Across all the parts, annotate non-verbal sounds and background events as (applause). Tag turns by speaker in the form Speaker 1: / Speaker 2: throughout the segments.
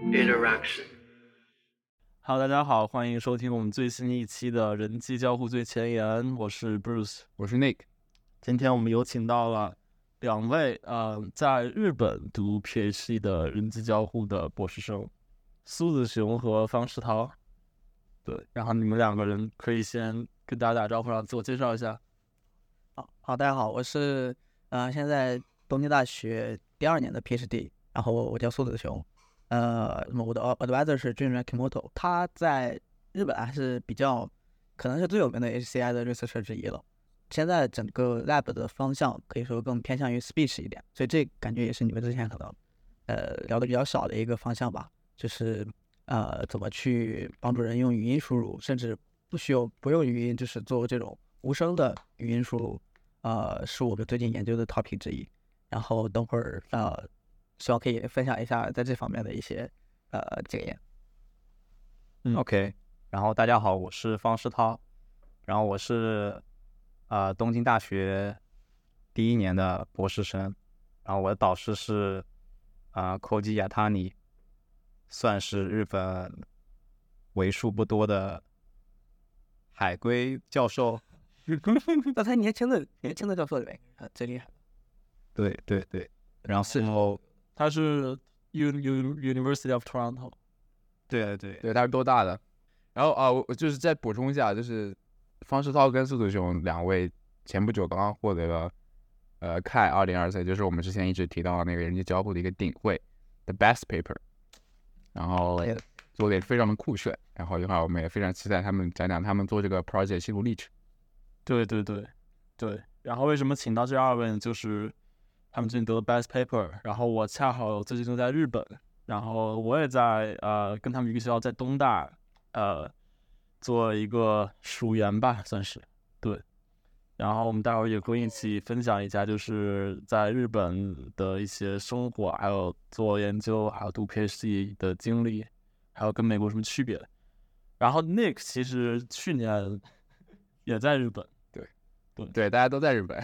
Speaker 1: Interaction. Hello，大家好，欢迎收听我们最新一期的人机交互最前沿，我是 Bruce。
Speaker 2: 我是 Nick，
Speaker 1: 今天我们有请到了两位呃，在日本读 PhD 的人机交互的博士生，苏子雄和方世涛。对，然后你们两个人可以先跟大家打招呼，然后自我介绍一下。
Speaker 3: 好哦好，大家好，我是呃，现在东京大学第二年的 PhD，然后我叫苏子雄，呃，那么我的 advisor 是 Junran Kimoto，他在日本还是比较可能是最有名的 HCI 的 researcher 之一了。现在整个 lab 的方向可以说更偏向于 speech 一点，所以这感觉也是你们之前可能呃聊的比较少的一个方向吧，就是呃怎么去帮助人用语音输入，甚至不需要不用语音，就是做这种无声的语音输入，呃，是我们最近研究的 topic 之一。然后等会儿呃，希望可以分享一下在这方面的一些呃经验。
Speaker 1: 嗯
Speaker 4: OK，然后大家好，我是方世涛，然后我是呃东京大学第一年的博士生，然后我的导师是啊 Koji Yatani，算是日本为数不多的海归教授。
Speaker 3: 那他年轻的年轻的教授里面，呃，最厉害。
Speaker 4: 对对对，然后
Speaker 1: 哦他是 U U University of Toronto。
Speaker 4: 对对
Speaker 2: 对，他是多大的？然后啊，我我就是再补充一下，就是方世涛跟苏子雄两位前不久刚刚获得了呃 CAI 二零二三，就是我们之前一直提到的那个人机交互的一个顶会，The Best Paper，然后
Speaker 3: 对的
Speaker 2: 做的也非常的酷炫。然后一会儿我们也非常期待他们讲讲他们做这个 project 心路历程。
Speaker 1: 对对对对，然后为什么请到这二位呢？就是他们最近得了 Best Paper，然后我恰好最近就在日本，然后我也在呃跟他们一个学校在东大呃做一个属研吧，算是对。然后我们待会儿也会一起分享一下，就是在日本的一些生活，还有做研究，还有读 PhD 的经历，还有跟美国有什么区别。然后 Nick 其实去年也在日本，
Speaker 2: 对，大家都在
Speaker 3: (laughs)
Speaker 2: 日本。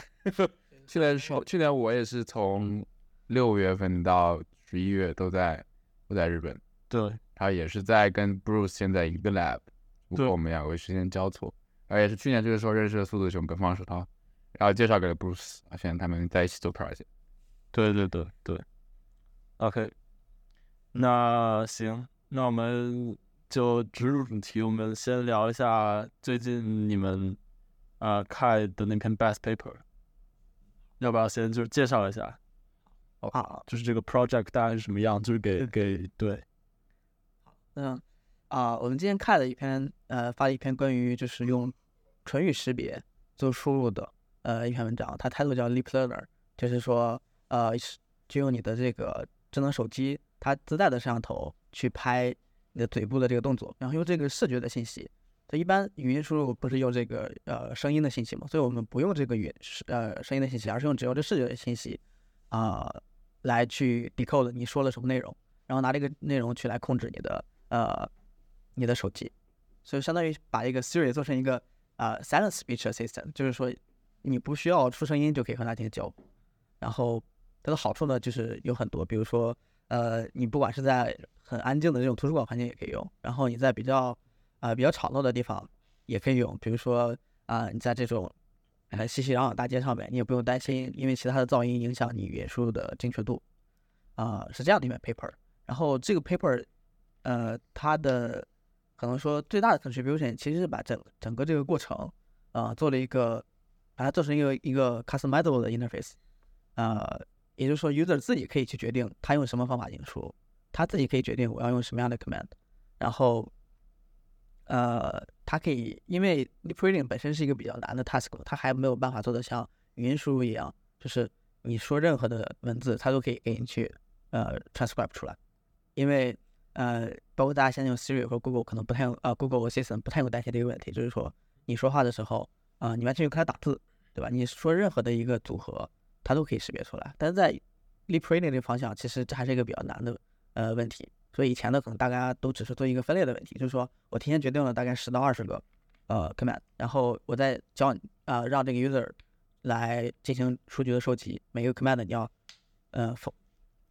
Speaker 2: 去年时候，去年我也是从六月份到十一月都在都在日本，
Speaker 1: 对，
Speaker 2: 然后也是在跟 Bruce 现在一个 lab，不
Speaker 1: 对
Speaker 2: 过我们两个时间交错，而也是去年这个时候认识的苏子雄跟方世涛，然后介绍给了 Bruce，啊现在他们在一起做 project。
Speaker 1: 对对对对，OK，那行，那我们就直入主题，我们先聊一下最近你们啊看的那篇 best paper，要不要先就是介绍一下，
Speaker 3: 啊，
Speaker 1: 就是这个 project 大概是什么样，就是给给对，
Speaker 3: 嗯啊，我们今天看了一篇呃，发了一篇关于就是用唇语识别做输入的呃一篇文章，它 title 叫 Lip Learner，就是说呃是就用你的这个智能手机它自带的摄像头去拍你的嘴部的这个动作，然后用这个视觉的信息。就一般语音输入不是用这个呃声音的信息嘛，所以我们不用这个语是呃声音的信息，而是用只用这视觉的信息啊、来去 decode 你说了什么内容，然后拿这个内容去来控制你的呃你的手机，所以相当于把一个 Siri 做成一个呃 silent speech assistant，就是说你不需要出声音就可以和它进行交互。然后它的好处呢，就是有很多，比如说呃，你不管是在很安静的这种图书馆环境也可以用，然后你在比较呃比较吵闹的地方也可以用，比如说啊、你在这种。呃，熙熙攘攘大街上面，你也不用担心，因为其他的噪音影响你语言输入的精确度，啊、是这样的一篇 paper。然后这个 paper 呃，它的可能说最大的 contribution 其实是把整整个这个过程，呃，做了一个，把它做成一个一个 customizable 的 interface，呃，也就是说 user 自己可以去决定他用什么方法进行输入，他自己可以决定我要用什么样的 command，然后，呃，他可以因为 lip reading 本身是一个比较难的 task，它还没有办法做得像语音输入一样，就是你说任何的文字，它都可以给你去呃 transcribe 出来，因为呃，包括大家现在用 Siri 和 Google 可能不太用呃 Google Assistant 不太用担心这个问题，就是说你说话的时候啊、呃你完全用它打字，对吧？你说任何的一个组合，它都可以识别出来。但是在 lip reading 这个方向，其实这还是一个比较难的呃问题。所以以前呢，可能大家都只是做一个分类的问题，就是说我提前决定了大概十到二十个呃 command，然后我再教你啊、呃让这个 user 来进行数据的收集，每个 command 你要呃否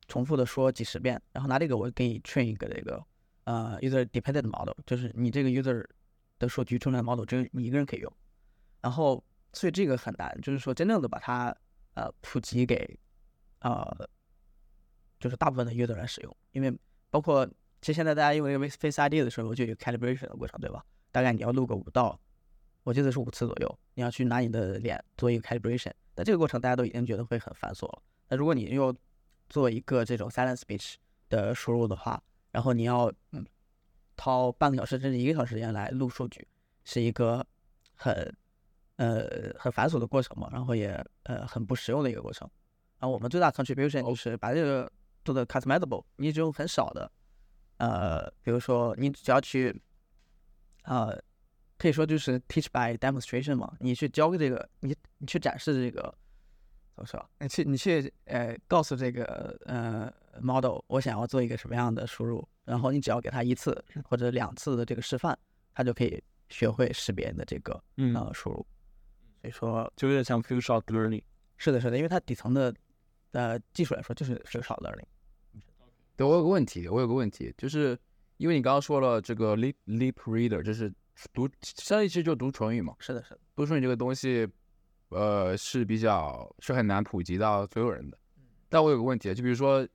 Speaker 3: 重复的说几十遍，然后拿这个我给你 train 一个这个呃 user dependent model，就是你这个 user 的数据生成的 model 只有你一个人可以用，然后所以这个很难，就是说真正的把它呃普及给呃就是大部分的 user 来使用，因为包括其实现在大家用这个 Face ID 的时候就有 calibration 的过程，对吧？大概你要录个五到，我记得是五次左右，你要去拿你的脸做一个 calibration，但这个过程大家都已经觉得会很繁琐了。那如果你又做一个这种 silent speech 的输入的话，然后你要嗯掏半个小时甚至一个小时时间来录数据，是一个很呃很繁琐的过程嘛，然后也呃很不实用的一个过程。然后我们最大 contribution 就是把这个做的 customizable，你只用很少的，呃，比如说你只要去，呃，可以说就是 teach by demonstration 嘛，你去教这个，你你去展示这个，怎么说？你去你去呃告诉这个呃 model 我想要做一个什么样的输入，然后你只要给他一次或者两次的这个示范，他就可以学会识别你的这个
Speaker 1: 嗯，
Speaker 3: 呃输入。所以说，
Speaker 1: 就有点像 few shot learning。
Speaker 3: 是的，是的，因为它底层的呃技术来说就是是少 learning。
Speaker 4: 对，我有个问题，我有个问题，就是因为你刚刚说了这个 lip lip reader，就是读，相当于其实就读唇语嘛。
Speaker 3: 是的，是的，
Speaker 4: 读唇语这个东西，呃，是比较是很难普及到所有人的。但我有个问题，就比如说，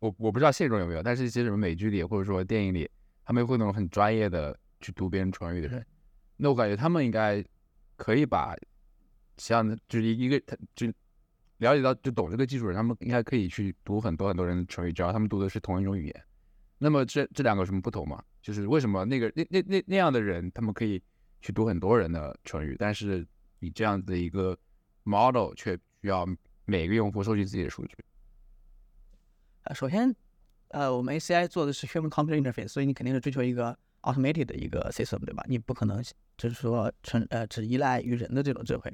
Speaker 4: 我我不知道现实中有没有，但是其实什么美剧里或者说电影里，他们会有那种很专业的去读别人唇语的人，那我感觉他们应该可以把像就是一个他就了解到就懂这个技术人，他们应该可以去读很多很多人的唇语，只要他们读的是同一种语言。那么这这两个有什么不同吗？就是为什么那个那那那那样的人，他们可以去读很多人的唇语，但是你这样子一个 model 却需要每个用户收集自己的数据。
Speaker 3: 呃，首先，呃，我们 ACI 做的是 human computer interface，所以你肯定是追求一个 automated 的一个 system，对吧？你不可能就是说纯呃只依赖于人的这种智慧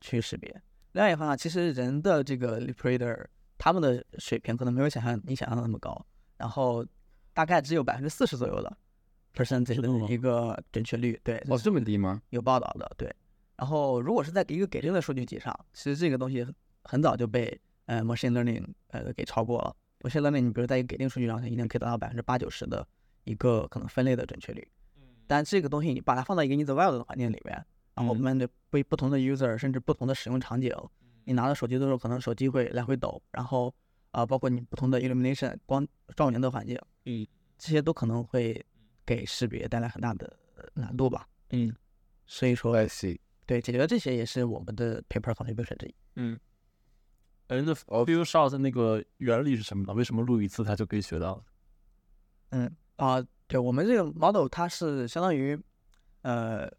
Speaker 3: 去识别。另外一方面，其实人的这个 lip reader 他们的水平可能没有想象你想象的那么高，然后大概只有百分之四十左右的 percentage
Speaker 1: 真的吗
Speaker 3: 的一个准确率，对，
Speaker 4: 哦，这么低吗？
Speaker 3: 有报道的，对。然后如果是在一个给定的数据集上，其实这个东西很很早就被呃 machine learning 呃给超过了。machine learning 你比如在一个给定数据上，它一定可以达到百分之八九十的一个可能分类的准确率。
Speaker 1: 嗯
Speaker 3: 但这个东西你把它放到一个 in the wild 的环境里面，然后我
Speaker 1: 嗯
Speaker 3: 们的不不同的 user 甚至不同的使用场景，你拿到手机的时候，可能手机会来回抖，然后啊、包括你不同的 illumination 光照明的环境，
Speaker 1: 嗯，
Speaker 3: 这些都可能会给识别带来很大的呃难度吧。
Speaker 1: 嗯，
Speaker 3: 所以说
Speaker 4: Oh, I see。
Speaker 3: 对，解决这些也是我们的 paper contribution 之一。
Speaker 1: 哎，那 few shot 的那个原理是什么呢？为什么录一次它就可以学到？
Speaker 3: 啊、对我们这个 model 它是相当于，呃，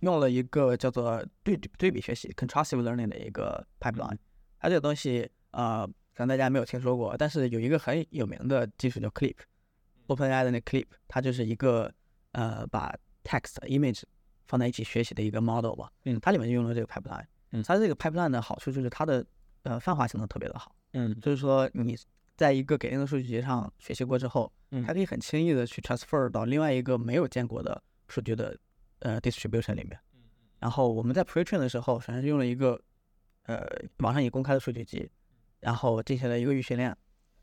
Speaker 3: 用了一个叫做对比对比学习 （contrastive learning） 的一个 pipeline。它这个东西啊、呃可能大家没有听说过，但是有一个很有名的技术叫 Clip，OpenAI 的那 Clip，它就是一个呃把 text、image 放在一起学习的一个 model 吧。
Speaker 1: 嗯
Speaker 3: 它里面就用了这个 pipeline。
Speaker 1: 嗯
Speaker 3: 它这个 pipeline 的好处就是它的呃泛化性能特别的好。
Speaker 1: 嗯
Speaker 3: 就是说你在一个给定的数据集上学习过之后，
Speaker 1: 嗯
Speaker 3: 它可以很轻易的去 transfer 到另外一个没有见过的数据的呃 distribution 里面。
Speaker 1: 嗯
Speaker 3: 然后我们在 pretrain 的时候，首先是用了一个呃网上已公开的数据集，然后进行了一个预训练、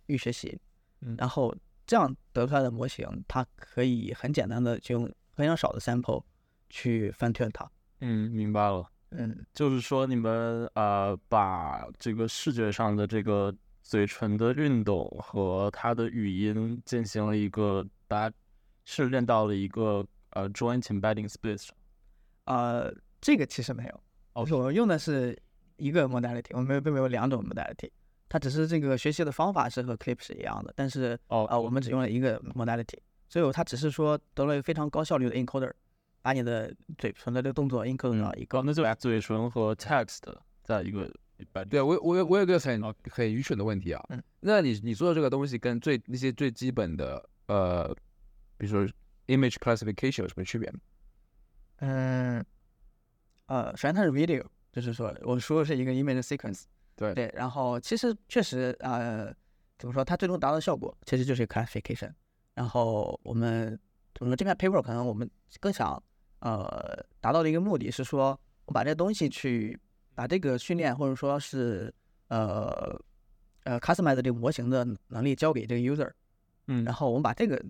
Speaker 3: 预学习
Speaker 1: 嗯，
Speaker 3: 然后这样得出来的模型，它可以很简单的就用非常少的 sample 去翻卷它。
Speaker 1: 嗯，明白了。
Speaker 3: 嗯，
Speaker 1: 就是说你们呃，把这个视觉上的这个嘴唇的运动和它的语音进行了一个把它试炼到了一个呃 joint embedding space 上。
Speaker 3: 呃，这个其实没有。
Speaker 1: 哦
Speaker 3: 是我们用的是一个 modality，我们没有并没有两种 modality，它只是这个学习的方法是和 Clip 是一样的，但是
Speaker 1: 哦
Speaker 3: 啊、我们只用了一个 modality，所以它只是说得了一个非常高效率的 encoder，把你的嘴唇的这个动作 encoder 到一个
Speaker 1: 哦，那就是嘴唇和 text 在一个 embedding。
Speaker 4: 对我有我有我有个很
Speaker 1: OK
Speaker 4: 很愚蠢的问题啊
Speaker 3: 嗯，
Speaker 4: 那你你做的这个东西跟最那些最基本的呃，比如说 image classification 有什么区别吗？
Speaker 3: 嗯，呃，首先它是 video，就是说我说的是一个 image sequence，
Speaker 4: 对
Speaker 3: 对，然后其实确实呃，怎么说，它最终达到的效果其实就是 classification。然后我们怎么说，这篇 paper 可能我们更想呃达到的一个目的是说，我把这东西去打这个训练或者说是呃呃 customize 这个模型的能力交给这个 user，
Speaker 1: 嗯
Speaker 3: 然后我们把这个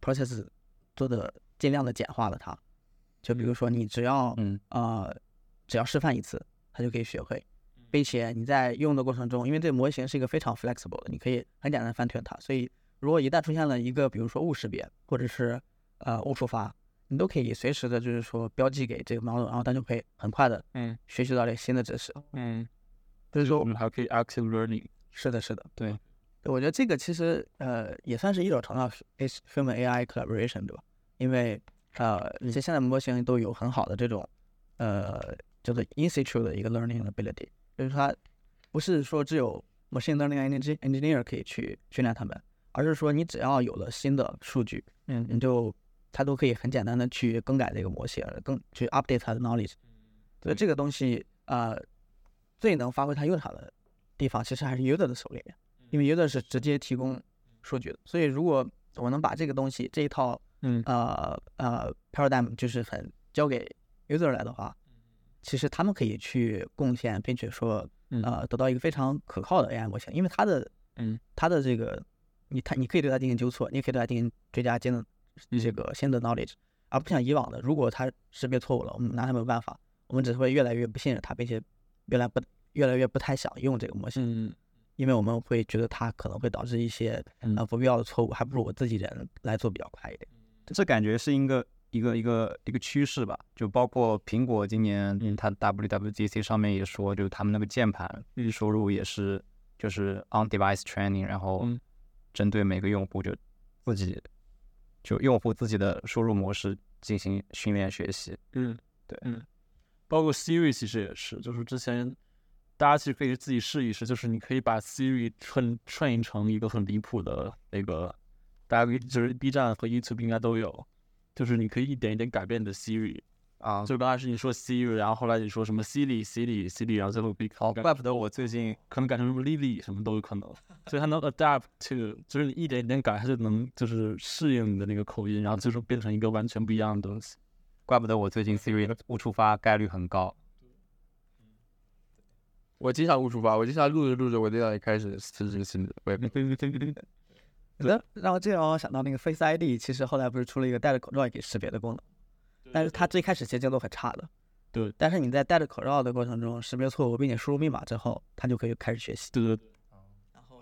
Speaker 3: process 做的尽量的简化了它。就比如说你只要
Speaker 4: 嗯
Speaker 3: 呃只要示范一次，他就可以学会，
Speaker 1: 嗯
Speaker 3: 并且你在用的过程中，因为这个模型是一个非常 flexible 的，你可以很简单地翻腾它，所以如果一旦出现了一个比如说误识别或者是呃误触发，你都可以随时的就是说标记给这个 model，然后它就可以很快的
Speaker 1: 嗯
Speaker 3: 学习到这个新的知识。
Speaker 1: 嗯，
Speaker 3: 就是说
Speaker 1: 我，们还可以 active learning，
Speaker 3: 是的，是的，
Speaker 1: 对。
Speaker 3: 我觉得这个其实呃也算是一种程度上的 H- human AI collaboration，对吧？因为呃，其实现在模型都有很好的这种呃叫做 in situ 的一个 learning ability，就是它不是说只有 machine learning engi- engineer 可以去训练它们，而是说你只要有了新的数据，
Speaker 1: 嗯
Speaker 3: 你就它都可以很简单的去更改这个模型，更去 update 它的 knowledge。所以这个东西呃最能发挥它用场的地方，其实还是 user 的手里面，
Speaker 1: 嗯
Speaker 3: 因为 user 是直接提供数据的。所以如果我们能把这个东西这一套
Speaker 1: 嗯
Speaker 3: 呃呃 paradigm 就是很交给 user 来的话，其实他们可以去贡献，并且说
Speaker 1: 嗯
Speaker 3: 呃得到一个非常可靠的 AI 模型，因为它的
Speaker 1: 嗯
Speaker 3: 它的这个你它你可以对它进行纠错，你也可以对它进行追加新的这
Speaker 1: 嗯
Speaker 3: 个新的 knowledge，而不像以往的，如果它识别错误了，我们拿它没有办法，我们只会越来越不信任它，并且越来不越来越不太想用这个模型，
Speaker 1: 嗯
Speaker 3: 因为我们会觉得它可能会导致一些
Speaker 1: 嗯
Speaker 3: 呃不必要的错误，还不如我自己人来做比较快一点。
Speaker 4: 这感觉是一个一个一个一个趋势吧，就包括苹果今年
Speaker 1: 嗯
Speaker 4: 它 WWDC 上面也说，就是他们那个键盘
Speaker 1: 嗯
Speaker 4: 收入也是就是 on device training，然后
Speaker 1: 嗯
Speaker 4: 针对每个用户就自己就用户自己的输入模式进行训练学习。
Speaker 1: 嗯，
Speaker 4: 对
Speaker 1: 嗯，包括 Siri 其实也是，就是之前大家其实可以自己试一试，就是你可以把 Siri 串串印成一个很离谱的那个，大家可以就是 B 站和 YouTube 应该都有，就是你可以一点一点改变你的 Siri，
Speaker 4: 啊，
Speaker 1: 就刚开始你说 Siri，然后后来你说什么 Siri Siri Siri，然后最后被
Speaker 4: 好，
Speaker 1: 考
Speaker 4: 怪不得呃我最近
Speaker 1: 可能改成什么 Lily 什么都有可能，
Speaker 4: (laughs)
Speaker 1: 所以它能 adapt to，就是你一点一点改，它就能就是适应你的那个口音，然后最终变成一个完全不一样的东西。
Speaker 4: 怪不得我最近 Siri 误触发概率很高。
Speaker 2: 我经常误触发，我经常录着录着，我电脑就开始辞职辞职，
Speaker 4: (laughs)
Speaker 2: 我也不
Speaker 3: 有的，然后这让我想到那个 Face ID，其实后来不是出了一个戴着口罩也可以识别的功能，但是它最开始其实都很差的。
Speaker 1: 对
Speaker 3: 但是你在戴着口罩的过程中识别错误，并且输入密码之后，它就可以开始学习。
Speaker 1: 对对对，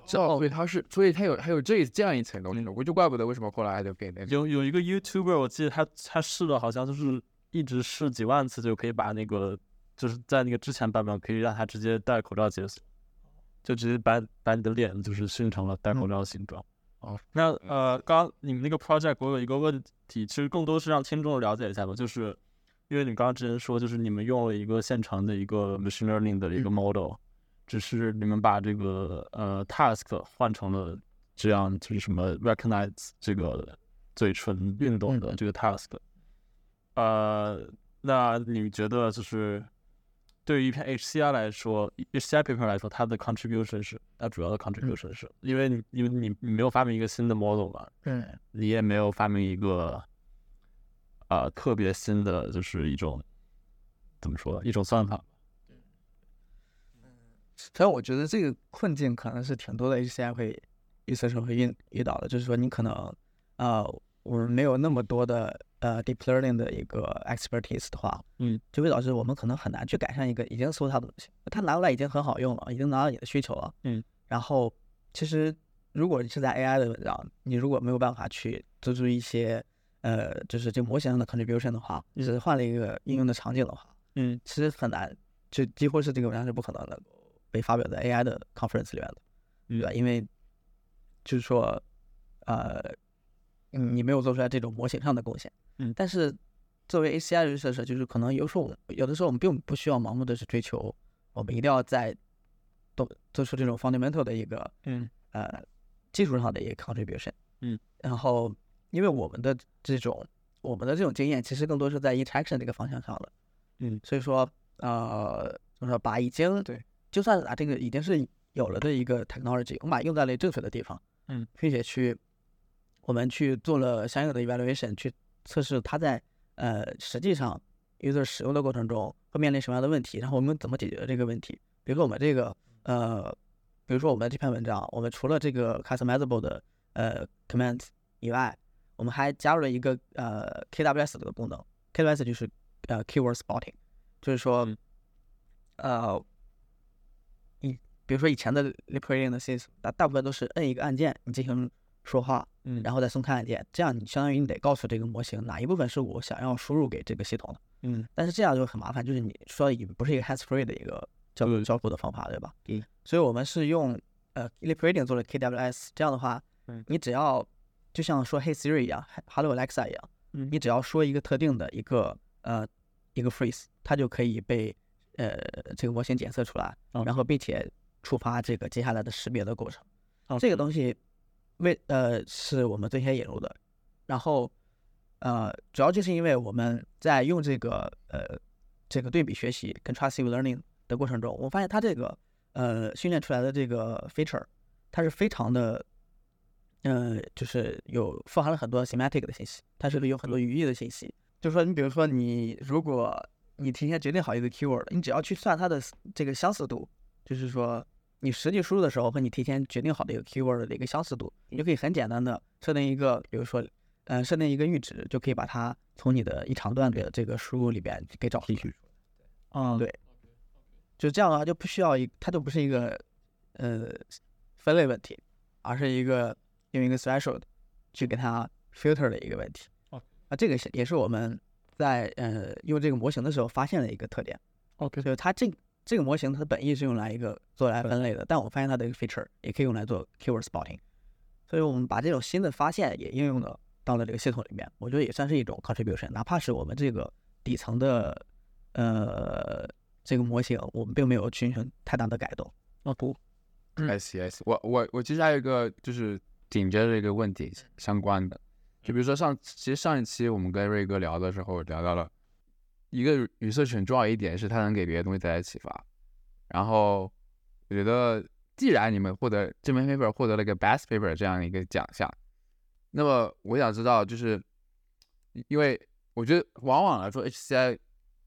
Speaker 2: 知道，所以他是，所以他有还有这这样一层东西，我就怪不得为什么后来还得给那个
Speaker 1: 有有一个 YouTuber，我记得他他试了，好像就是一直试几万次就可以把那个，就是在那个之前版本可以让他直接戴口罩解锁，就直接把把你的脸就是训成了戴口罩的形状。
Speaker 2: 嗯哦，
Speaker 1: 那呃，刚你们那个 project 我有一个问题，其实更多是让听众了解一下吧，就是因为你刚刚之前说，就是你们用了一个现成的一个 machine learning 的一
Speaker 2: 嗯
Speaker 1: 个 model，、只是你们把这个呃 task 换成了这样，就是什么 recognize 这个嘴唇运动的这个 task。呃，那你觉得就是对于一篇 HCI 来说，HCI paper 来说，它的 contribution 是它主要的 contribution 是、因为你因为你你没有发明一个新的 model 嘛，
Speaker 3: 嗯，
Speaker 1: 你也没有发明一个呃特别新的，就是一种怎么说一种算法。
Speaker 3: 所以我觉得这个困境可能是挺多的 HCI 会预测时候会遇遇到的，就是说你可能呃，我们没有那么多的呃 deep learning 的一个 expertise 的话，
Speaker 1: 嗯，
Speaker 3: 就会导致我们可能很难去改善一个已经搜它的东西，它拿过来已经很好用了，已经拿到你的需求了，
Speaker 1: 嗯，
Speaker 3: 然后其实如果你是在 AI 的文章，你如果没有办法去做出一些呃，就是这模型上的 contribution 的话，你只是换了一个应用的场景的话，
Speaker 1: 嗯
Speaker 3: 其实很难，就几乎是这个文章是不可能能够被发表在 AI 的 conference 里面的，
Speaker 1: 嗯
Speaker 3: 对吧？因为就是说，呃，嗯你没有做出来这种模型上的贡献。
Speaker 1: 嗯
Speaker 3: 但是作为 ACI researcher，就是可能有时候我们有的时候我们并不需要盲目的去追求，我们一定要在做做出这种 fundamental 的一个
Speaker 1: 嗯
Speaker 3: 呃技术上的一个 contribution。
Speaker 1: 嗯，
Speaker 3: 然后因为我们的这种我们的这种经验，其实更多是在 interaction 这个方向上的。
Speaker 1: 嗯，
Speaker 3: 所以说呃，怎么说，把已经
Speaker 2: 对，
Speaker 3: 就算是把这个已经是有了的一个 technology，我们把它用在了正确的地方，
Speaker 1: 嗯，
Speaker 3: 并且去我们去做了相应的 evaluation，去测试它在呃实际上 user 使用的过程中会面临什么样的问题，然后我们怎么解决这个问题。比如说我们这个呃，比如说我们这篇文章，我们除了这个 customizable 的呃 command 以外，我们还加入了一个呃 KWS 的功能，KWS 就是呃 keyword spotting，就是说、呃以比如说以前的 lip reading 的 system，大大部分都是摁一个按键你进行说话，
Speaker 5: 嗯
Speaker 3: 然后再松开按键，这样你相当于你得告诉这个模型哪一部分是我想要输入给这个系统的。
Speaker 5: 嗯，
Speaker 3: 但是这样就很麻烦，就是你说已经不是一个 hands free 的一个交
Speaker 5: 对
Speaker 3: 交互的方法，对吧？
Speaker 5: 对。
Speaker 3: 所以我们是用呃 lip reading 做了 KWS，这样的话，
Speaker 5: 嗯
Speaker 3: 你只要就像说 Hey Siri 一样，Hello Alexa 一样，
Speaker 5: 嗯
Speaker 3: 你只要说一个特定的一个呃一个 phrase，它就可以被呃这个模型检测出来，
Speaker 5: OK
Speaker 3: 然后并且触发这个接下来的识别的过程。这个东西为呃是我们最先引入的，然后呃主要就是因为我们在用这个呃这个对比学习跟 trustive learning 的过程中，我发现它这个呃训练出来的这个 feature，它是非常的。呃，就是有富含了很多 semantic 的信息，它是有很多语义的信息。就是说，你比如说，你如果你提前决定好一个 keyword，你只要去算它的这个相似度，就是说你实际输入的时候和你提前决定好的一个 keyword 的一个相似度，你就可以很简单的设定一个，比如说，呃，设定一个阈值，就可以把它从你的一长段的这个输入里边给找出来。嗯
Speaker 5: 啊，
Speaker 3: 对就这样的话，就不需要一，它就不是一个呃分类问题，而是一个用一个 threshold 去给它 filter 的一个问题。
Speaker 5: OK
Speaker 3: 啊，这个是也是我们在呃用这个模型的时候发现的一个特点。
Speaker 5: ，OK，
Speaker 3: 就是它这这个模型，它的本意是用来一个做来分类的，但我发现它的一个 feature 也可以用来做 keyword spotting，所以我们把这种新的发现也应用到到了这个系统里面，我觉得也算是一种 contribution，哪怕是我们这个底层的呃这个模型，我们并没有进行太大的改动。
Speaker 5: 啊不，
Speaker 4: I see, I see. 我我我其实还有一个就是紧接着一个问题相关的，就比如说上，其实上一期我们跟瑞哥聊的时候聊到了一个 research 很重要一点是它能给别的东西带来启发。然后我觉得，既然你们获得这篇 paper 获得了一个 best paper 这样一个奖项，那么我想知道，就是因为我觉得往往来说，HCI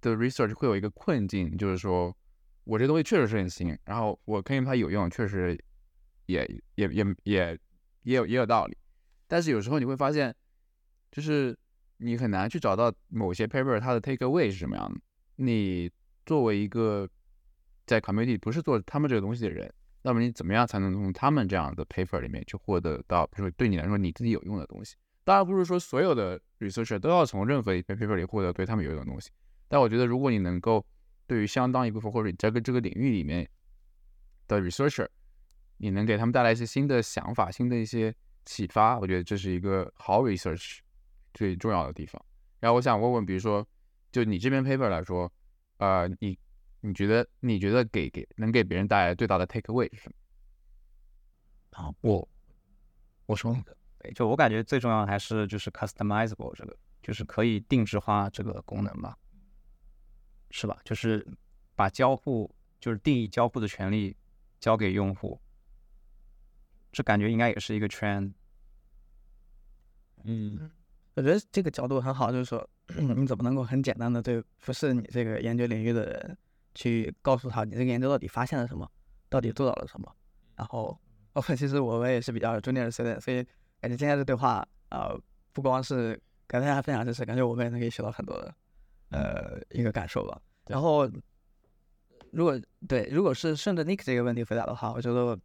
Speaker 4: 的 research 会有一个困境，就是说我这东西确实是很新，然后我看见它有用，确实也也也也也有也有道理，但是有时候你会发现，就是你很难去找到某些 paper 它的 take away 是什么样的。你作为一个在 community 不是做他们这个东西的人，那么你怎么样才能从他们这样的 paper 里面去获得到，比如说对你来说你自己有用的东西？当然不是说所有的 researcher 都要从任何一篇 paper 里获得对他们有用的东西，但我觉得如果你能够对于相当一部分或者你这个这个领域里面的 researcher，你能给他们带来一些新的想法、新的一些启发，我觉得这是一个好 research 最重要的地方。然后我想问问，比如说，就你这篇 paper 来说，呃，你你觉得你觉得给给能给别人带来最大的 take away 是什么？
Speaker 1: 啊，我
Speaker 3: 我说
Speaker 1: 对就我感觉最重要的还是就是 customizable 这个，就是可以定制化这个功能吧，是吧？就是把交互就是定义交互的权利交给用户，这感觉应该也是一个 trend。
Speaker 5: 嗯
Speaker 3: 我觉得这个角度很好，就是说 (clears throat) 你怎么能够很简单的对不是你这个研究领域的人去告诉他你这个研究到底发现了什么，到底做到了什么。然后，哦， (laughs) 其实我们也是比较 junior 的 student，所以感觉今天的对话，呃，不光是跟大家分享知识，感觉我们也能可以学到很多的，呃，一个感受吧。然后，如果对，如果是顺着 Nick 这个问题回答的话，我觉得，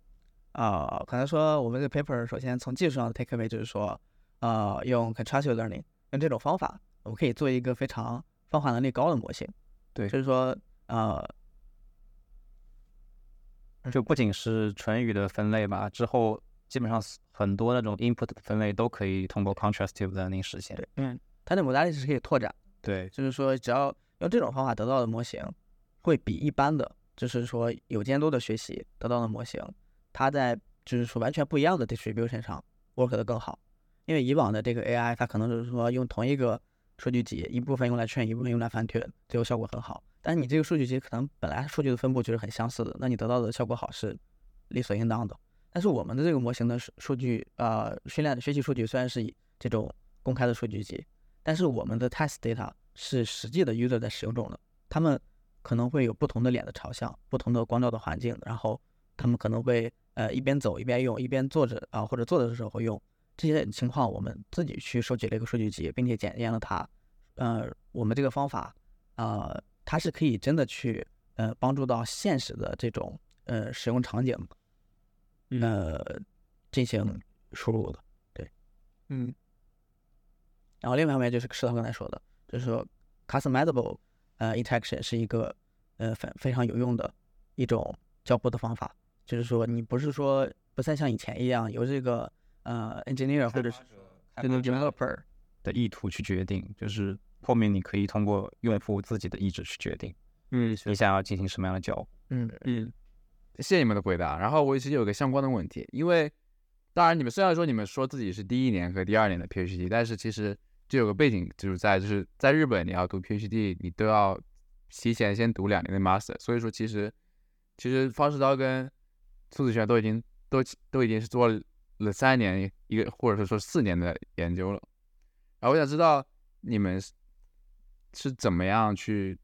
Speaker 3: 啊、可能说我们这个 paper 首先从技术上的 take away 就是说，呃，用 contrastive learning，用这种方法，我们可以做一个非常泛化能力高的模型。
Speaker 1: 对
Speaker 3: 就是说，呃，
Speaker 1: 就不仅是唇语的分类吧，之后基本上是很多那种 input 的分类都可以通过 contrastive learning 实现。
Speaker 3: 它的 modality 是可以拓展，
Speaker 1: 对，
Speaker 3: 就是说，只要用这种方法得到的模型，会比一般的，就是说有监督的学习得到的模型，它在就是说完全不一样的 distribution 上 work 得更好。因为以往的这个 AI，它可能就是说用同一个数据集，一部分用来 train，一部分用来反推，最后效果很好。但是你这个数据集可能本来数据的分布就是很相似的，那你得到的效果好是理所应当的。但是我们的这个模型的数数据，呃，训练的学习数据虽然是以这种公开的数据集，但是我们的 test data 是实际的 user 在使用中的，他们可能会有不同的脸的朝向、不同的光照的环境，然后他们可能会呃一边走一边用，一边坐着啊、或者坐着的时候会用。这些情况我们自己去收集了一个数据集，并且检验了它。呃，我们这个方法啊、呃它是可以真的去呃帮助到现实的这种呃使用场景
Speaker 1: 嗯
Speaker 3: 呃进行输入的。
Speaker 1: 嗯
Speaker 3: 然后另外一方面就是石头刚才说的，就是说 customizable 呃 interaction 是一个呃非非常有用的一种交互的方法，就是说你不是说不再像以前一样由这个呃 engineer 或者是这个 developer
Speaker 4: 的意图去决定，就是后面你可以通过用户自己的意志去决定
Speaker 1: 嗯
Speaker 4: 你想要进行什么样的交互。
Speaker 3: 嗯
Speaker 1: 嗯
Speaker 2: 谢谢你们的回答。然后我其实有个相关的问题，因为当然你们虽然说你们说自己是第一年和第二年的 PhD，但是其实就有个背景，就是在就是在日本你要读 PhD，你都要提前先读两年的 Master。所以说其实其实方世刀跟苏子轩都已经都都已经是做了三年一个或者是说四年的研究了。然后我想知道你们是是怎么样去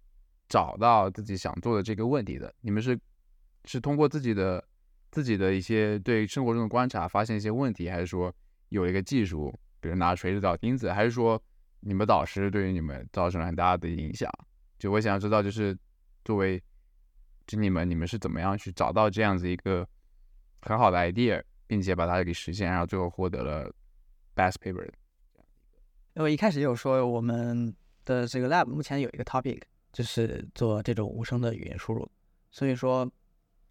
Speaker 2: 找到自己想做的这个问题的？你们是是通过自己的自己的一些对生活中的观察发现一些问题，还是说有一个技术，比如拿锤子找钉子，还是说你们导师对于你们造成了很大的影响？就我想知道，就是作为就你们你们是怎么样去找到这样子一个很好的 idea，并且把它给实现，然后最后获得了 best paper 的。
Speaker 3: 因为一开始也有说我们的这个 lab 目前有一个 topic 就是做这种无声的语言输入，所以说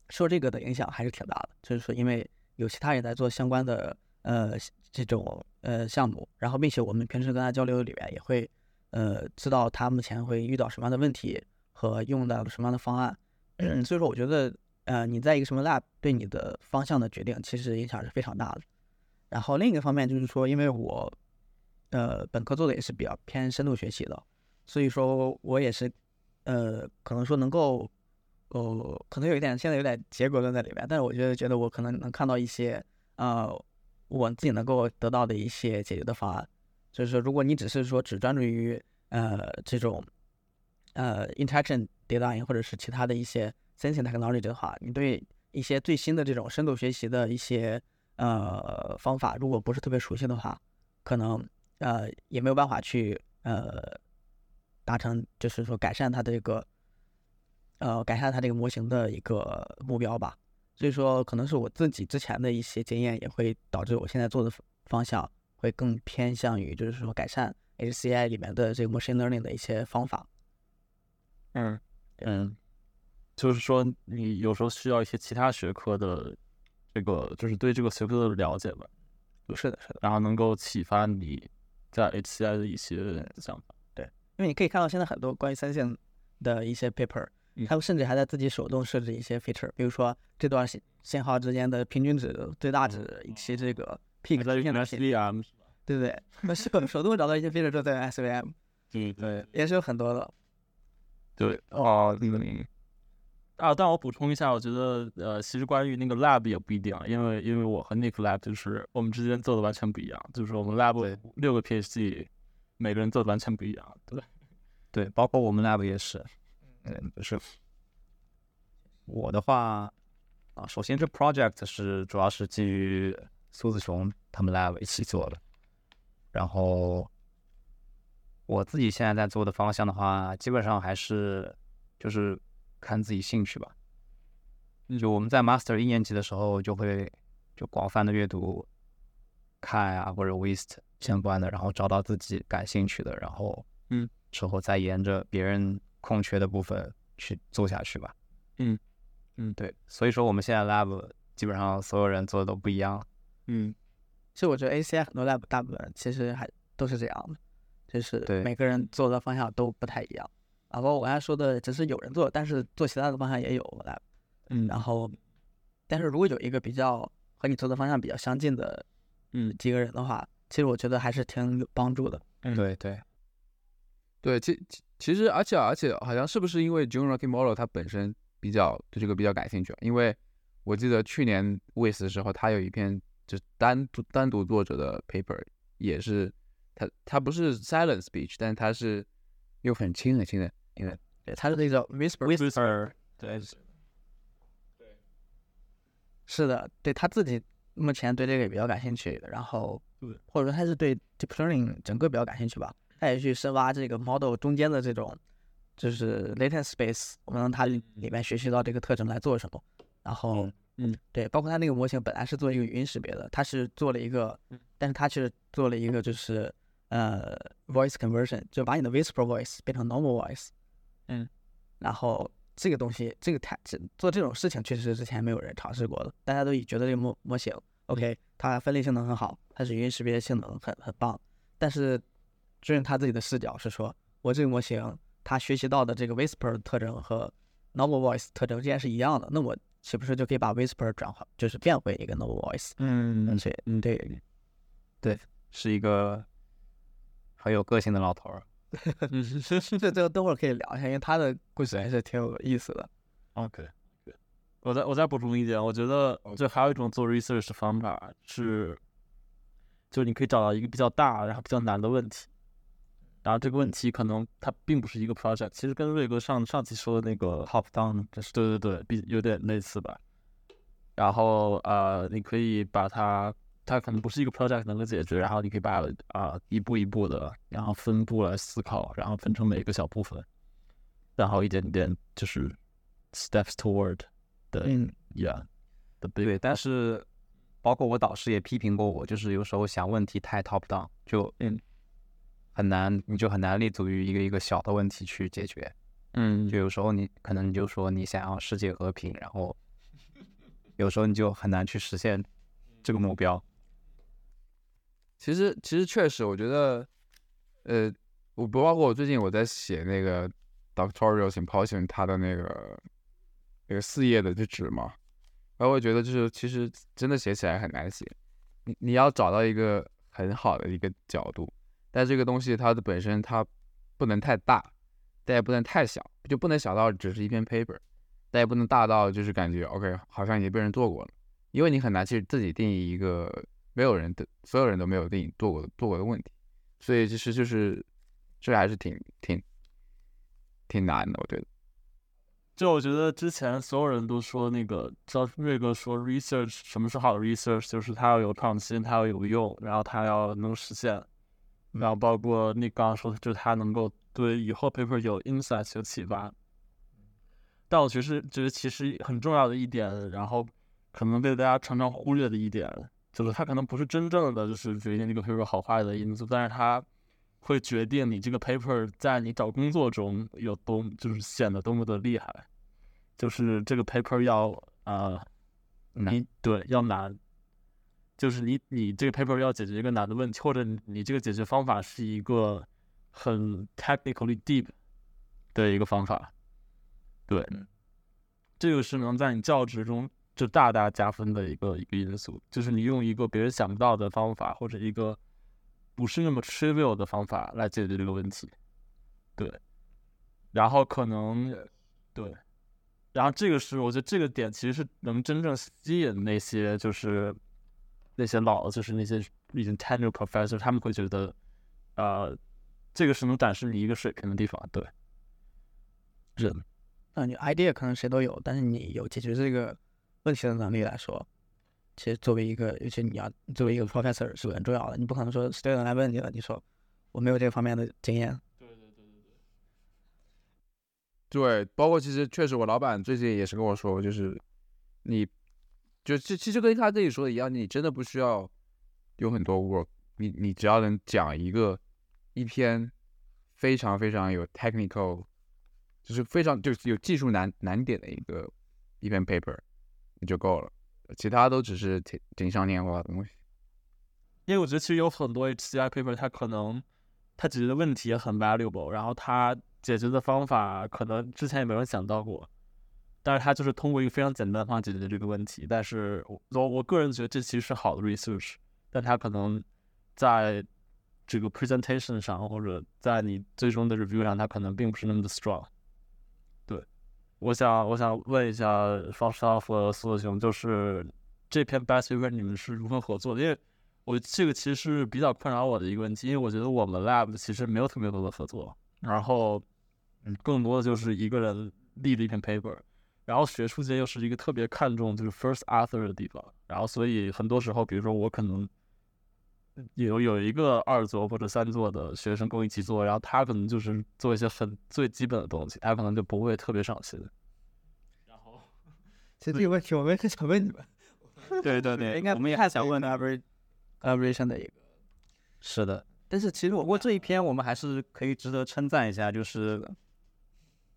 Speaker 3: 受这个的影响还是挺大的，就是说因为有其他人在做相关的呃这种呃项目，然后并且我们平时跟他交流里面也会呃知道他目前会遇到什么样的问题和用到什么样的方案，所以说我觉得呃你在一个什么 lab 对你的方向的决定其实影响是非常大的。然后另一个方面就是说，因为我呃本科做的也是比较偏深度学习的，所以说我也是呃可能说能够呃可能有一点现在有点结果论在里面，但是我觉得觉得我可能能看到一些呃我自己能够得到的一些解决的方案。所以说，如果你只是说只专注于呃这种呃 interaction design 或者是其他的一些 sensing technology 的话，你对一些最新的这种深度学习的一些呃方法，如果不是特别熟悉的话，可能呃也没有办法去呃达成，就是说改善它的这个呃改善它这个模型的一个目标吧。所以说，可能是我自己之前的一些经验，也会导致我现在做的方方向会更偏向于，就是说改善 HCI 里面的这个 machine learning 的一些方法。
Speaker 1: 嗯嗯，就是说你有时候需要一些其他学科的这个，就是对这个学科的了解吧，
Speaker 3: 是的，是的，
Speaker 1: 然后能够启发你在 HCI 的一些想法。
Speaker 3: 因为你可以看到现在很多关于三线的一些 paper，
Speaker 1: 嗯
Speaker 3: 他们甚至还在自己手动设置一些 feature，比如说这段信信号之间的平均值、最大值以及这个 peak
Speaker 1: 哦还在
Speaker 3: 之
Speaker 1: 用
Speaker 3: 间的
Speaker 1: S
Speaker 3: peak，
Speaker 1: D M，
Speaker 3: 对不对？那手手动找到一些 feature 之后再用 SVM，
Speaker 1: 嗯对对
Speaker 3: 也是有很多的。
Speaker 1: 对，哦，嗯。啊，但我补充一下，我觉得呃，其实关于那个 lab 也不一定，因为因为我和 Nick lab 就是我们之间做的完全不一样，就是我们 lab
Speaker 2: 对
Speaker 1: 六个 PhD，每个人做的完全不一样，对
Speaker 4: 对，包括我们 lab 也是，嗯，就是我的话啊，首先这 project 是主要是基于苏子雄他们 lab 一起做的，然后我自己现在在做的方向的话，基本上还是就是看自己兴趣吧。就我们在 master 一年级的时候，就会就广泛的阅读 Kai 啊或者 Wist 相关的，然后找到自己感兴趣的，然后之后再沿着别人空缺的部分去做下去吧。
Speaker 1: 嗯，嗯
Speaker 4: 对，所以说我们现在 lab 基本上所有人做的都不一样。
Speaker 1: 嗯
Speaker 3: 其实我觉得 ACI 很多 lab 大部分其实还都是这样的，就是
Speaker 4: 对
Speaker 3: 每个人做的方向都不太一样。啊，包括我刚才说的，只是有人做，但是做其他的方向也有 lab。
Speaker 1: 嗯
Speaker 3: 然后，但是如果有一个比较和你做的方向比较相近的，
Speaker 1: 嗯
Speaker 3: 几个人的话，其实我觉得还是挺有帮助的。
Speaker 1: 嗯
Speaker 4: 对对，
Speaker 2: 对，其其其实，而且而且，好像是不是因为 Jun Rocky Model 他本身比较对这个比较感兴趣啊？因为我记得去年 WIS 的时候，他有一篇就是单独单独作者的 paper，也是他他不是 silent speech，但他是又很轻很轻的那个
Speaker 3: 对，它是那种 whisper
Speaker 1: Whisper，对，
Speaker 3: 是的，对他自己目前对这个也比较感兴趣，然后
Speaker 1: 对
Speaker 3: 或者说他是对 deep learning 整个比较感兴趣吧，他也去深挖这个 model 中间的这种就是 latent space，我们让它里里面学习到这个特征来做什么，然后
Speaker 1: 嗯，
Speaker 3: 对，包括它那个模型本来是做一个语音识别的，它是做了一个，
Speaker 1: 嗯
Speaker 3: 但是它是做了一个就是呃 voice conversion，就把你的 whisper voice 变成 normal voice，
Speaker 1: 嗯，
Speaker 3: 然后这个东西，这个它这做这种事情确实是之前没有人尝试过的，大家都已觉得这个模模型 OK，它分类性能很好，它是语音识别性能很很棒，但是追用他自己的视角是说，我这个模型它学习到的这个 whisper 特征和 normal voice 特征既然是一样的，那我岂不是就可以把 whisper 转化，就是变回一个 normal voice？
Speaker 1: 嗯
Speaker 3: 嗯，所以嗯对， (laughs)
Speaker 4: 是一个很有个性的老头儿。
Speaker 3: 这这个等会儿可以聊一下，因为他的故事还是挺有意思的。
Speaker 1: OK，我再我再补充一点，我觉得就还有一种做 research 的方法是，就你可以找到一个比较大然后比较难的问题，然后这个问题可能它并不是一个 project，其实跟瑞哥上上期说的那个 top down，这是对对对，比有点类似吧。然后呃，你可以把它，它可能不是一个 project 能够解决，然后你可以把啊、一步一步的，然后分步来思考，然后分成每一个小部分，然后一点点就是 steps toward 的、
Speaker 3: 嗯，
Speaker 1: yeah the big
Speaker 4: 对，但是包括我导师也批评过我，就是有时候想问题太 top down，就
Speaker 1: 嗯
Speaker 4: 很难，你就很难立足于一个一个小的问题去解决。
Speaker 1: 嗯
Speaker 4: 就有时候你可能你就说你想要世界和平，然后有时候你就很难去实现这个目标。
Speaker 2: 其实其实确实，我觉得，呃，我不包括我最近我在写那个 doctoral symposium 它的那个那个四页的这纸嘛，然后我觉得就是其实真的写起来很难写，你你要找到一个很好的一个角度，但这个东西它的本身它不能太大，但也不能太小，就不能小到只是一篇 paper，但也不能大到就是感觉 OK 好像已经被人做过了。因为你很难去自己定义一个没有人的所有人都没有定义做过的做过的问题，所以其实就是这还是挺挺挺难的，我觉得。
Speaker 1: 就我觉得之前所有人都说那个，知道瑞哥说 research 什么是好的 research，就是它要有创新，它要有用，然后它要能实现，然后包括你刚刚说的，就是它能够对以后 paper 有 insight 有启发。但我其实觉得其实很重要的一点，然后可能被大家常常忽略的一点，就是它可能不是真正的就是决定这个 paper 好坏的因素，但是它会决定你这个 paper 在你找工作中有多就是显得多么的厉害，就是这个 paper 要呃，
Speaker 4: 难
Speaker 1: 你对要难，就是你你这个 paper 要解决一个难的问题，或者你你这个解决方法是一个很 technically deep 的一个方法，对，这个是能在你教职中就大大加分的一个一个因素，就是你用一个别人想不到的方法，或者一个不是那么 trivial 的方法来解决这个问题，对，然后可能对，然后这个是我觉得这个点其实是能真正吸引那些就是那些老就是那些已经 tenure professor，他们会觉得呃这个是能展示你一个水平的地方，对，人。
Speaker 3: 那你 idea 可能谁都有，但是你有解决这个问题的能力来说，其实作为一个，尤其你要作为一个 professor 是很重要的。你不可能说 student 来问你了，你说我没有这方面的经验，
Speaker 2: 对，包括其实确实，我老板最近也是跟我说，就是你，就其其实跟他自己说的一样，你真的不需要有很多 work，你你只要能讲一个一篇非常非常有 technical，就是非常就是有技术难难点的一个一篇 paper，你就够了，其他都只是锦锦上添花的东西。
Speaker 1: 因为我觉得其实有很多 HCI paper，它可能它解决的问题也很 valuable，然后它解决的方法可能之前也没有人想到过，但是它就是通过一个非常简单的方法解决这个问题。但是我我我个人觉得这其实是好的 research，但它可能在这个 presentation 上或者在你最终的 review 上，它可能并不是那么的 strong。对，我想我想问一下方少和苏子雄，就是这篇 best paper 你们是如何合作的？因为我这个其实是比较困扰我的一个问题，因为我觉得我们 lab 其实没有特别多的合作，然后嗯，更多的就是一个人立了一篇 paper，然后学术界又是一个特别看重就是 first author 的地方，然后所以很多时候，比如说我可能有有一个二作或者三作的学生跟我一起做，然后他可能就是做一些很最基本的东西，他可能就不会特别上心。然后，
Speaker 3: 其实这个问题我们也想问你们，
Speaker 1: (laughs) 对对
Speaker 3: 应该
Speaker 1: 我们也
Speaker 3: 太
Speaker 1: 想问
Speaker 3: collaboration 的一个，
Speaker 4: 是的，但是其实不过这一篇我们还是可以值得称赞一下，就是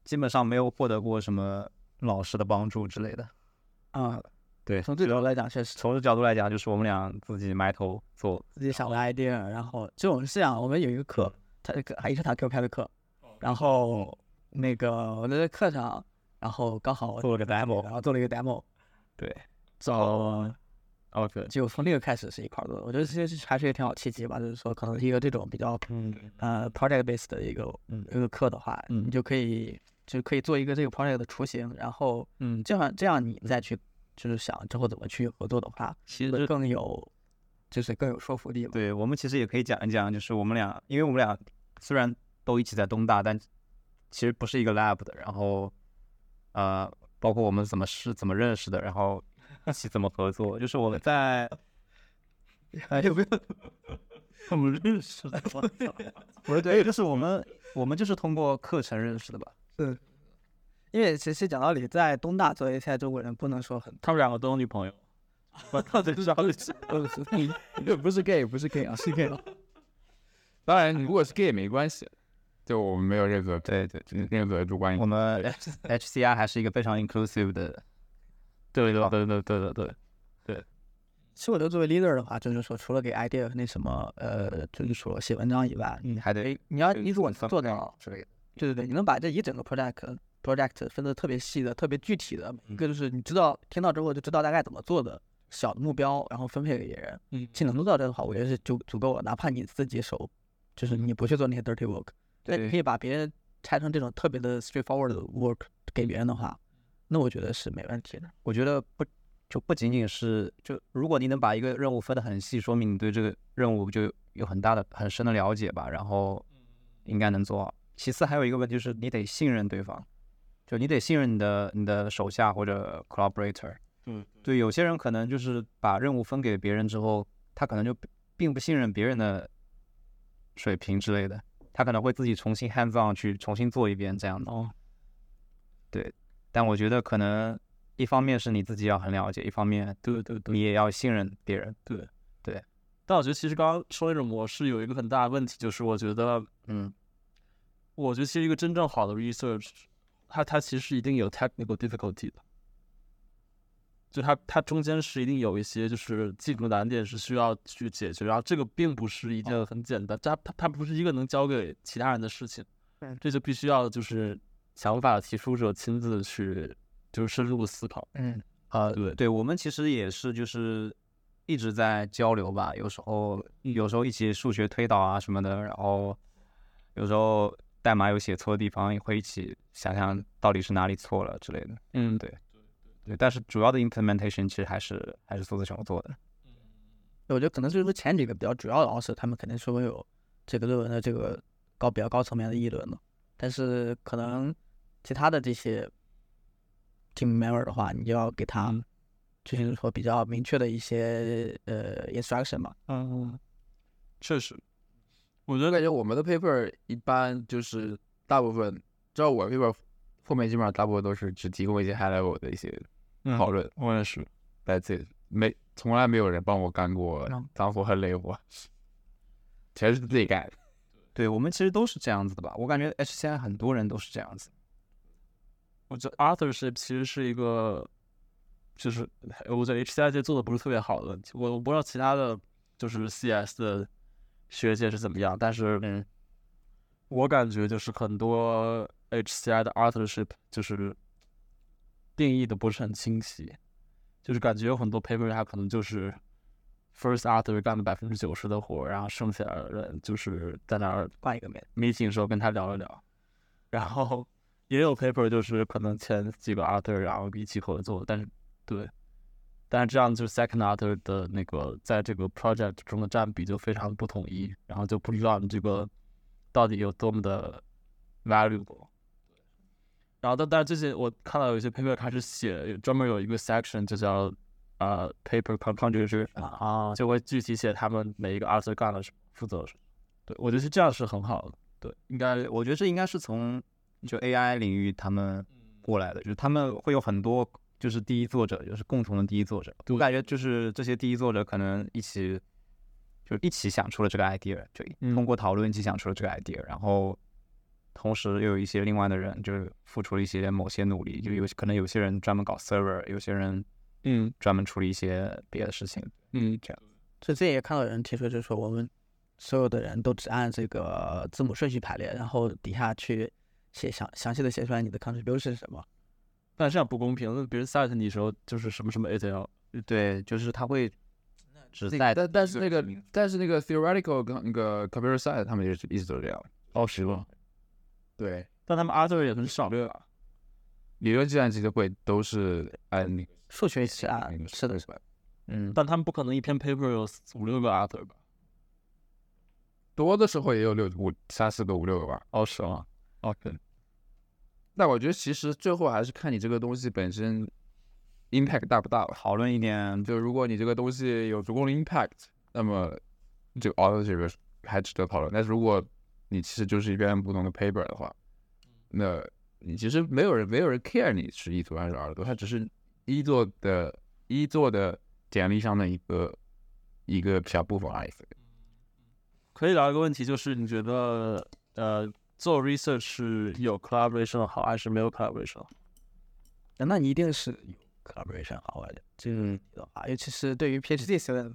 Speaker 4: 基本上没有获得过什么老师的帮助之类的。
Speaker 3: 啊，
Speaker 2: 对
Speaker 3: 从这角度来讲，确实
Speaker 4: 从这角度来讲，就是我们俩自己埋头做，
Speaker 3: 自己想的 idea，然后就我们是这啊样，我们有一个课，
Speaker 4: 嗯
Speaker 3: 他那个还是他给我开的课，然后那个我在课上，然后刚好我
Speaker 4: 做了个 demo
Speaker 3: 然后做了一个 demo，
Speaker 4: 对，
Speaker 1: 找
Speaker 4: 啊
Speaker 1: OK，
Speaker 3: 就从那个开始是一块儿做的，我觉得其实还是一个挺好契机吧，就是说可能一个这种比较
Speaker 1: 嗯
Speaker 3: 呃 project based 的一个
Speaker 1: 嗯
Speaker 3: 一个课的话，
Speaker 1: 嗯
Speaker 3: 你就可以就可以做一个这个 project 的雏形，然后
Speaker 1: 嗯，
Speaker 3: 这样这样你再去就是想之后怎么去合作的话，
Speaker 4: 其
Speaker 3: 会
Speaker 4: 实
Speaker 3: 更有就是更有说服力嘛。
Speaker 4: 对我们其实也可以讲一讲，就是我们俩，因为我们俩虽然都一起在东大，但其实不是一个 lab 的。然后，呃，包括我们怎么是怎么认识的，然后一起怎么合作，就是我们 (laughs) 在
Speaker 3: 哎，有没
Speaker 2: (laughs)
Speaker 3: 有？
Speaker 1: 我们认识的，
Speaker 4: 不是对，就是我们我们就是通过课程认识的吧？
Speaker 3: (laughs) 因为其实讲道理，在东大作为现在中国人，不能说很
Speaker 1: 他们两个都有女朋友， (laughs) 我到底是到底是
Speaker 3: 多
Speaker 2: (laughs) 不是 gay，不是 gay 啊，是 gay。当然，如果是 gay 也没关系，就我们没有任何对对任何主观
Speaker 4: (laughs)
Speaker 2: 意
Speaker 4: 我
Speaker 2: 见。
Speaker 4: 们
Speaker 1: (laughs)
Speaker 4: HCI 还是一个非常 inclusive 的，
Speaker 1: 对对对对对对对，
Speaker 3: 其实我觉得作为 leader 的话，就是说除了给 idea 和那什么，呃，就是说写文章以外，
Speaker 4: 你还得
Speaker 3: 你要
Speaker 2: 对
Speaker 3: 你如果
Speaker 2: 分
Speaker 3: 能做到，
Speaker 2: 之类的。
Speaker 3: 对对对，你能把这一整个 project project 分得特别细的、特别具体的，一个就是你知道听到之后就知道大概怎么做的小的目标，然后分配给别人，
Speaker 1: 嗯
Speaker 3: 其实能做到这的话，我觉得是足足够了。哪怕你自己手，就是你不去做那些 dirty work，但你
Speaker 2: 对
Speaker 3: 可以把别人拆成这种特别的 straightforward 的 work 给别人的话，那我觉得是没问题的。
Speaker 4: 我觉得不就不仅仅是就如果你能把一个任务分得很细，说明你对这个任务就有很大的很深的了解吧，然后应该能做好。其次还有一个问题就是你得信任对方，就你得信任你的你的手下或者 collaborator。
Speaker 1: 嗯，
Speaker 4: 对，有些人可能就是把任务分给别人之后，他可能就并不信任别人的水平之类的，他可能会自己重新 hands on 去重新做一遍这样的。
Speaker 1: 哦，
Speaker 4: 但我觉得可能一方面是你自己要很了解，一方面
Speaker 1: 对对对
Speaker 4: 你。也要信任别人。
Speaker 1: 但我觉得其实刚刚说那种模式有一个很大的问题，就是我觉得，
Speaker 4: 嗯，
Speaker 1: 我觉得其实一个真正好的 research，它它其实一定有 technical difficulty 的，就它它中间是一定有一些就是技术难点是需要去解决，然后这个并不是一件很简单，它它它不是一个能交给其他人的事情
Speaker 3: 嗯，
Speaker 1: 这就必须要就是想法提出者亲自去就是深入思考，
Speaker 3: 嗯，
Speaker 4: 呃，
Speaker 1: 对
Speaker 4: 对，我们其实也是就是一直在交流吧，有时候有时候一起数学推导啊什么的，然后有时候代码有写错的地方，也会一起想想到底是哪里错了之类的。
Speaker 1: 嗯，
Speaker 4: 对对，但是主要的 implementation 其实还是还是苏子雄做的。
Speaker 3: 我觉得可能就是说前几个比较主要的老师，他们肯定是会有这个论文的这个高比较高层面的议论的，但是可能其他的这些 team member 的话，你就要给他
Speaker 1: 嗯
Speaker 3: 就是说比较明确的一些呃 instruction 嘛。
Speaker 1: 嗯，确实，我觉
Speaker 2: 我
Speaker 1: 得
Speaker 2: 感觉我们的 paper 一般就是大部分，知道我的 paper 后面基本上大部分都是只提供一些 high level 的一些讨论，
Speaker 1: 嗯我也是。
Speaker 2: 但这没从来没有人帮我干过
Speaker 3: 嗯
Speaker 2: 脏活和累活，全是自
Speaker 1: (laughs)
Speaker 2: 己干的。
Speaker 4: 对我们其实都是这样子的吧，我感觉 HCI 很多人都是这样子。
Speaker 1: 我觉得 authorship 其实是一个，就是我觉得 HCI 界做的不是特别好的问题。我我不知道其他的就是 CS 的学界是怎么样，但是
Speaker 4: 嗯，
Speaker 1: 我感觉就是很多 HCI 的 authorship 就是定义的不是很清晰，就是感觉有很多 paper 它可能就是 first author 干了百分之九十的活儿，然后剩下的人就是在那儿
Speaker 3: 换一个面，
Speaker 1: meeting 的时候跟他聊一聊，然后也有 paper 就是可能前几个 author 然后一起合作，但是对，但是这样就是 second author 的那个在这个 project 中的占比就非常不统一，然后就不知道你这个到底有多么的
Speaker 4: valuable。
Speaker 1: 然后但但是最近我看到有一些 paper 开始写，有专门有一个 section 就叫呃 paper con- contributor 啊，就会具体写他们每一个 author 干了什么，负责了什么。对我觉得是这样是很好的。对，应该
Speaker 6: 我觉得这应该是从就 AI 领域他
Speaker 4: 嗯
Speaker 6: 们过来的，就是他们会有很多就是第一作者，就是共同的第一作者。我感觉就是这些第一作者可能一起就一起想出了这个 idea，就
Speaker 4: 嗯
Speaker 6: 通过讨论一起想出了这个 idea，、然后同时又有一些另外的人就是付出了一些某些努力，就有可能有些人专门搞 server，有些人
Speaker 1: 嗯
Speaker 6: 专门处理一些别的事情。
Speaker 1: 嗯
Speaker 3: 所以最近也看到有人提出，就是说我们所有的人都只按这个字母顺序排列，然后底下去写详详细的写出来你的 contribution 是什么。
Speaker 1: 但这样不公平，那别人 cite 你的时候就是什么什么 ATL，
Speaker 6: 对，就是他会只
Speaker 4: 那
Speaker 6: 在
Speaker 4: 但但是那个
Speaker 6: 名字
Speaker 4: 但是那个 theoretical 跟那个 computer science 他们也是一直都是这样。
Speaker 1: 哦是吗？
Speaker 4: 对，
Speaker 1: 但他们 author 也很少。
Speaker 4: 对理论计算机的会都是按那个
Speaker 3: 数学也是按
Speaker 4: 那个
Speaker 3: 是的，
Speaker 4: 是吧？
Speaker 6: 嗯，
Speaker 1: 但他们不可能一篇 paper 有五六个 author 吧？
Speaker 4: 多的时候也有六五三四个五六个吧。
Speaker 1: 哦，是吗？OK，
Speaker 4: 那我觉得其实最后还是看你这个东西本身 impact 大不大吧。
Speaker 6: 讨论一点
Speaker 4: 就如果你这个东西有足够的 impact，那么这个 authorship 还值得讨论。但是如果你其实就是一篇普通的 paper 的话，那你其实没有人没有人 care 你是一作还是二作，它只是一作的一作的简历上的一个一个小部分而已。
Speaker 1: 可以聊一个问题，就是你觉得呃做 research 是有 collaboration 好还是没有 collaboration 好？
Speaker 3: 那那一定是有 collaboration 好玩的，这个
Speaker 6: 嗯
Speaker 3: 提到啊，尤其是对于 PhD student，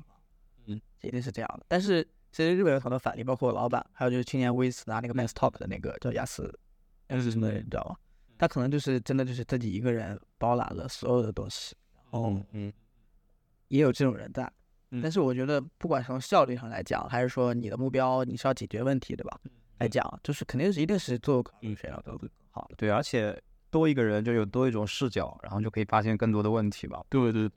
Speaker 1: 嗯，
Speaker 3: 一定是这样的。但是其实日本有很多反例，包括我老板，还有就是去年威斯啊拿那个 Mass Top 的那个叫雅思，雅思什么的，你知道吗？
Speaker 1: 嗯
Speaker 3: 他可能就是真的就是自己一个人包揽了所有的东西，
Speaker 1: 哦，嗯
Speaker 3: 也有这种人在。
Speaker 1: 嗯
Speaker 3: 但是我觉得，不管从效率上来讲，还是说你的目标你是要解决问题，对吧？
Speaker 1: 嗯
Speaker 3: 来讲，就是肯定是一定是做 collaboration 要做得更好的。
Speaker 6: 对，而且多一个人就有多一种视角，然后就可以发现更多的问题吧。
Speaker 1: 对对，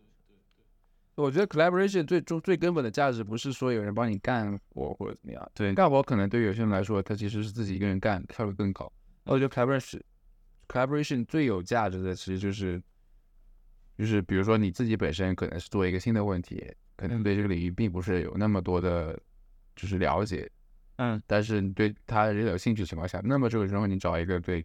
Speaker 4: 我觉得 collaboration 最终最根本的价值不是说有人帮你干活或者怎么样，
Speaker 6: 对
Speaker 4: 干活可能对有些人来说，他其实是自己一个人干，效率更高。那我觉得 collaboration collaboration 最有价值的其实就是就是比如说你自己本身可能是做一个新的问题，可能对这个领域并不是有那么多的就是了解，
Speaker 1: 嗯，
Speaker 4: 但是你对它仍有兴趣的情况下，那么这个时候你找一个对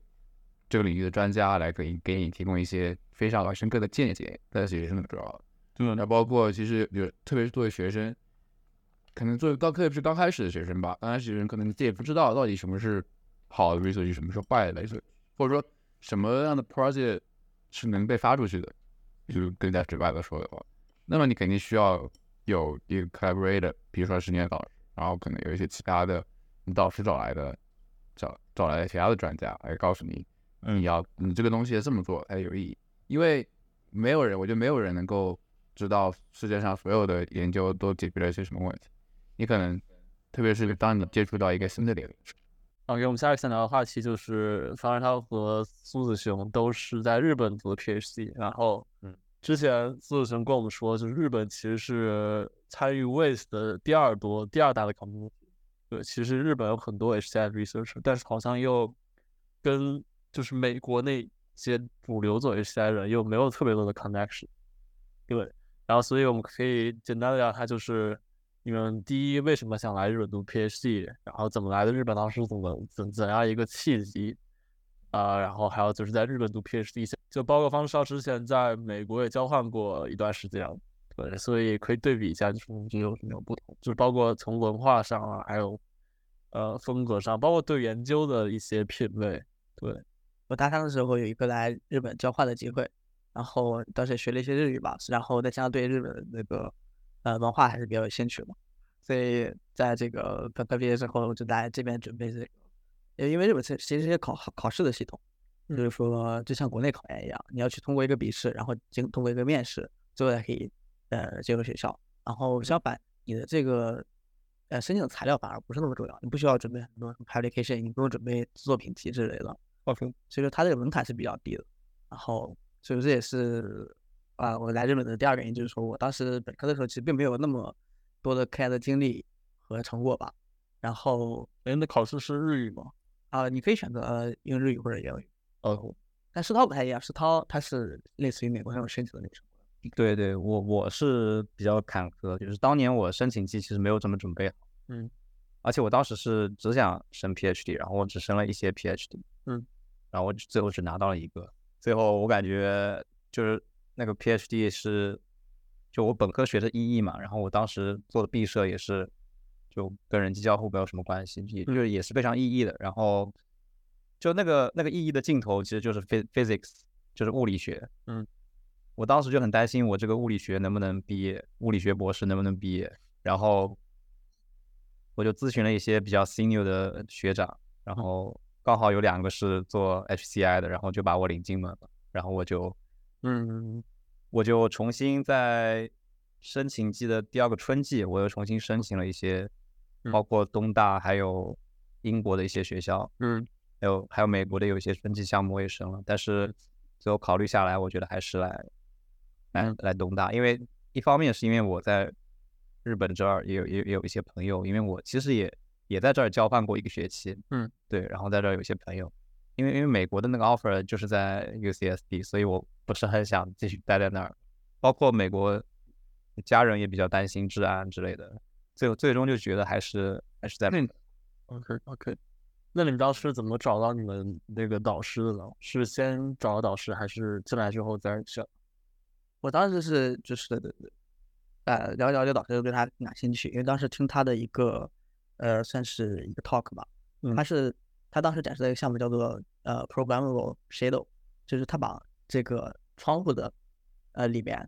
Speaker 4: 这个领域的专家来给你给你提供一些非常深刻的见解，那其实是很重要的。
Speaker 1: 对
Speaker 4: 那包括其实有，特别是作为学生，可能作为刚特别是刚开始的学生吧，刚开始的人可能自己也不知道到底什么是好的 research，什么是坏的 research，或者说什么样的 project 是能被发出去的，就是更加直白的说的话，那么你肯定需要有一个 collaborator，比如说是你的导师，然后可能有一些其他的你导师找来的，找找来的其他的专家来告诉你，你要你这个东西这么做才有意义，因为没有人，我觉得没有人能够知道世界上所有的研究都解决了一些什么问题。你可能，特别是当你接触到一个新的领域，
Speaker 1: OK，我们下一个想聊的话题就是方世涛和苏子雄都是在日本读的 PhD，然后，
Speaker 6: 嗯，
Speaker 1: 之前苏子雄跟我们说，就是日本其实是参与 WASE 的第二多、第二大的 community。对，其实日本有很多 HCI researcher，但是好像又跟就是美国那些主流做 HCI 人又没有特别多的 connection。对，然后所以我们可以简单的聊它，就是你们第一为什么想来日本读 PhD，然后怎么来的日本，当时怎么怎怎样一个契机，啊、然后还有就是在日本读 PhD，下就包括方世超之前在美国也交换过一段时间，对，所以可以对比一下，就是你觉得有什么不同，就是包括从文化上啊，还有呃风格上，包括对研究的一些品味，对，
Speaker 3: 我大三的时候有一个来日本交换的机会，然后当时也学了一些日语吧，然后再加上对日本的那个呃文化还是比较有兴趣嘛，所以在这个本科毕业之后，我就来这边准备这个，因因为日本其实其实是一个考考试的系统，就是说就像国内考研一样，你要去通过一个笔试，然后经通过一个面试，最后才可以呃进入学校。然后相反，你的这个呃申请的材料反而不是那么重要，你不需要准备很多什么 publication，你不用准备作品集之类的。所以说它这个门槛是比较低的。然后，所以这也是啊、我来日本的第二个原因，就是说我当时本科的时候其实并没有那么多的科研的经历和成果吧。然后
Speaker 1: 哎，那考试是日语吗？
Speaker 3: 啊，你可以选择用日语或者英语。
Speaker 1: 哦，
Speaker 3: 但世涛不太一样，世涛他是类似于美国那种申请的那种。
Speaker 4: 对对，我我是比较坎坷，就是当年我申请季其实没有怎么准备好，
Speaker 1: 嗯，
Speaker 4: 而且我当时是只想申 PhD，然后我只申了一些 PhD，
Speaker 1: 嗯，
Speaker 4: 然后我最后只拿到了一个，最后我感觉就是那个 PhD 是，就我本科学的意义嘛，然后我当时做的毕设也是，就跟人机交互没有什么关系，也
Speaker 1: 嗯
Speaker 4: 就是也是非常意义的，然后就那个那个意义的尽头其实就是 phys physics，就是物理学，我当时就很担心我这个物理学能不能毕业，物理学博士能不能毕业。然后我就咨询了一些比较 senior 的学长，
Speaker 1: 嗯
Speaker 4: 然后刚好有两个是做 HCI 的，然后就把我领进门了。然后我就
Speaker 1: 嗯，
Speaker 4: 我就重新在申请季的第二个春季，我又重新申请了一些，
Speaker 1: 嗯
Speaker 4: 包括东大还有英国的一些学校，
Speaker 1: 嗯，
Speaker 4: 还有还有美国的有一些分级项目我也申了，但是最后考虑下来，我觉得还是来来
Speaker 1: 嗯
Speaker 4: 来东大，因为一方面是因为我在日本这儿也有也有也有一些朋友，因为我其实也也在这儿交换过一个学期，
Speaker 1: 嗯，
Speaker 4: 对，然后在这儿有一些朋友，因为因为美国的那个 offer 就是在 UCSD，所以我不是很想继续待在那儿，包括美国家人也比较担心治安之类的，最后最终就觉得还是还是在
Speaker 1: 那 OK OK，那你们当时怎么找到你们那个导师的呢？是先找到导师，还是进来之后再选？
Speaker 3: 我当时是就是，呃，了解了解导师就对他挺感兴趣，因为当时听他的一个，呃，算是一个 talk 吧，他是他当时展示的一个项目叫做呃 programmable shadow，就是他把这个窗户的呃里面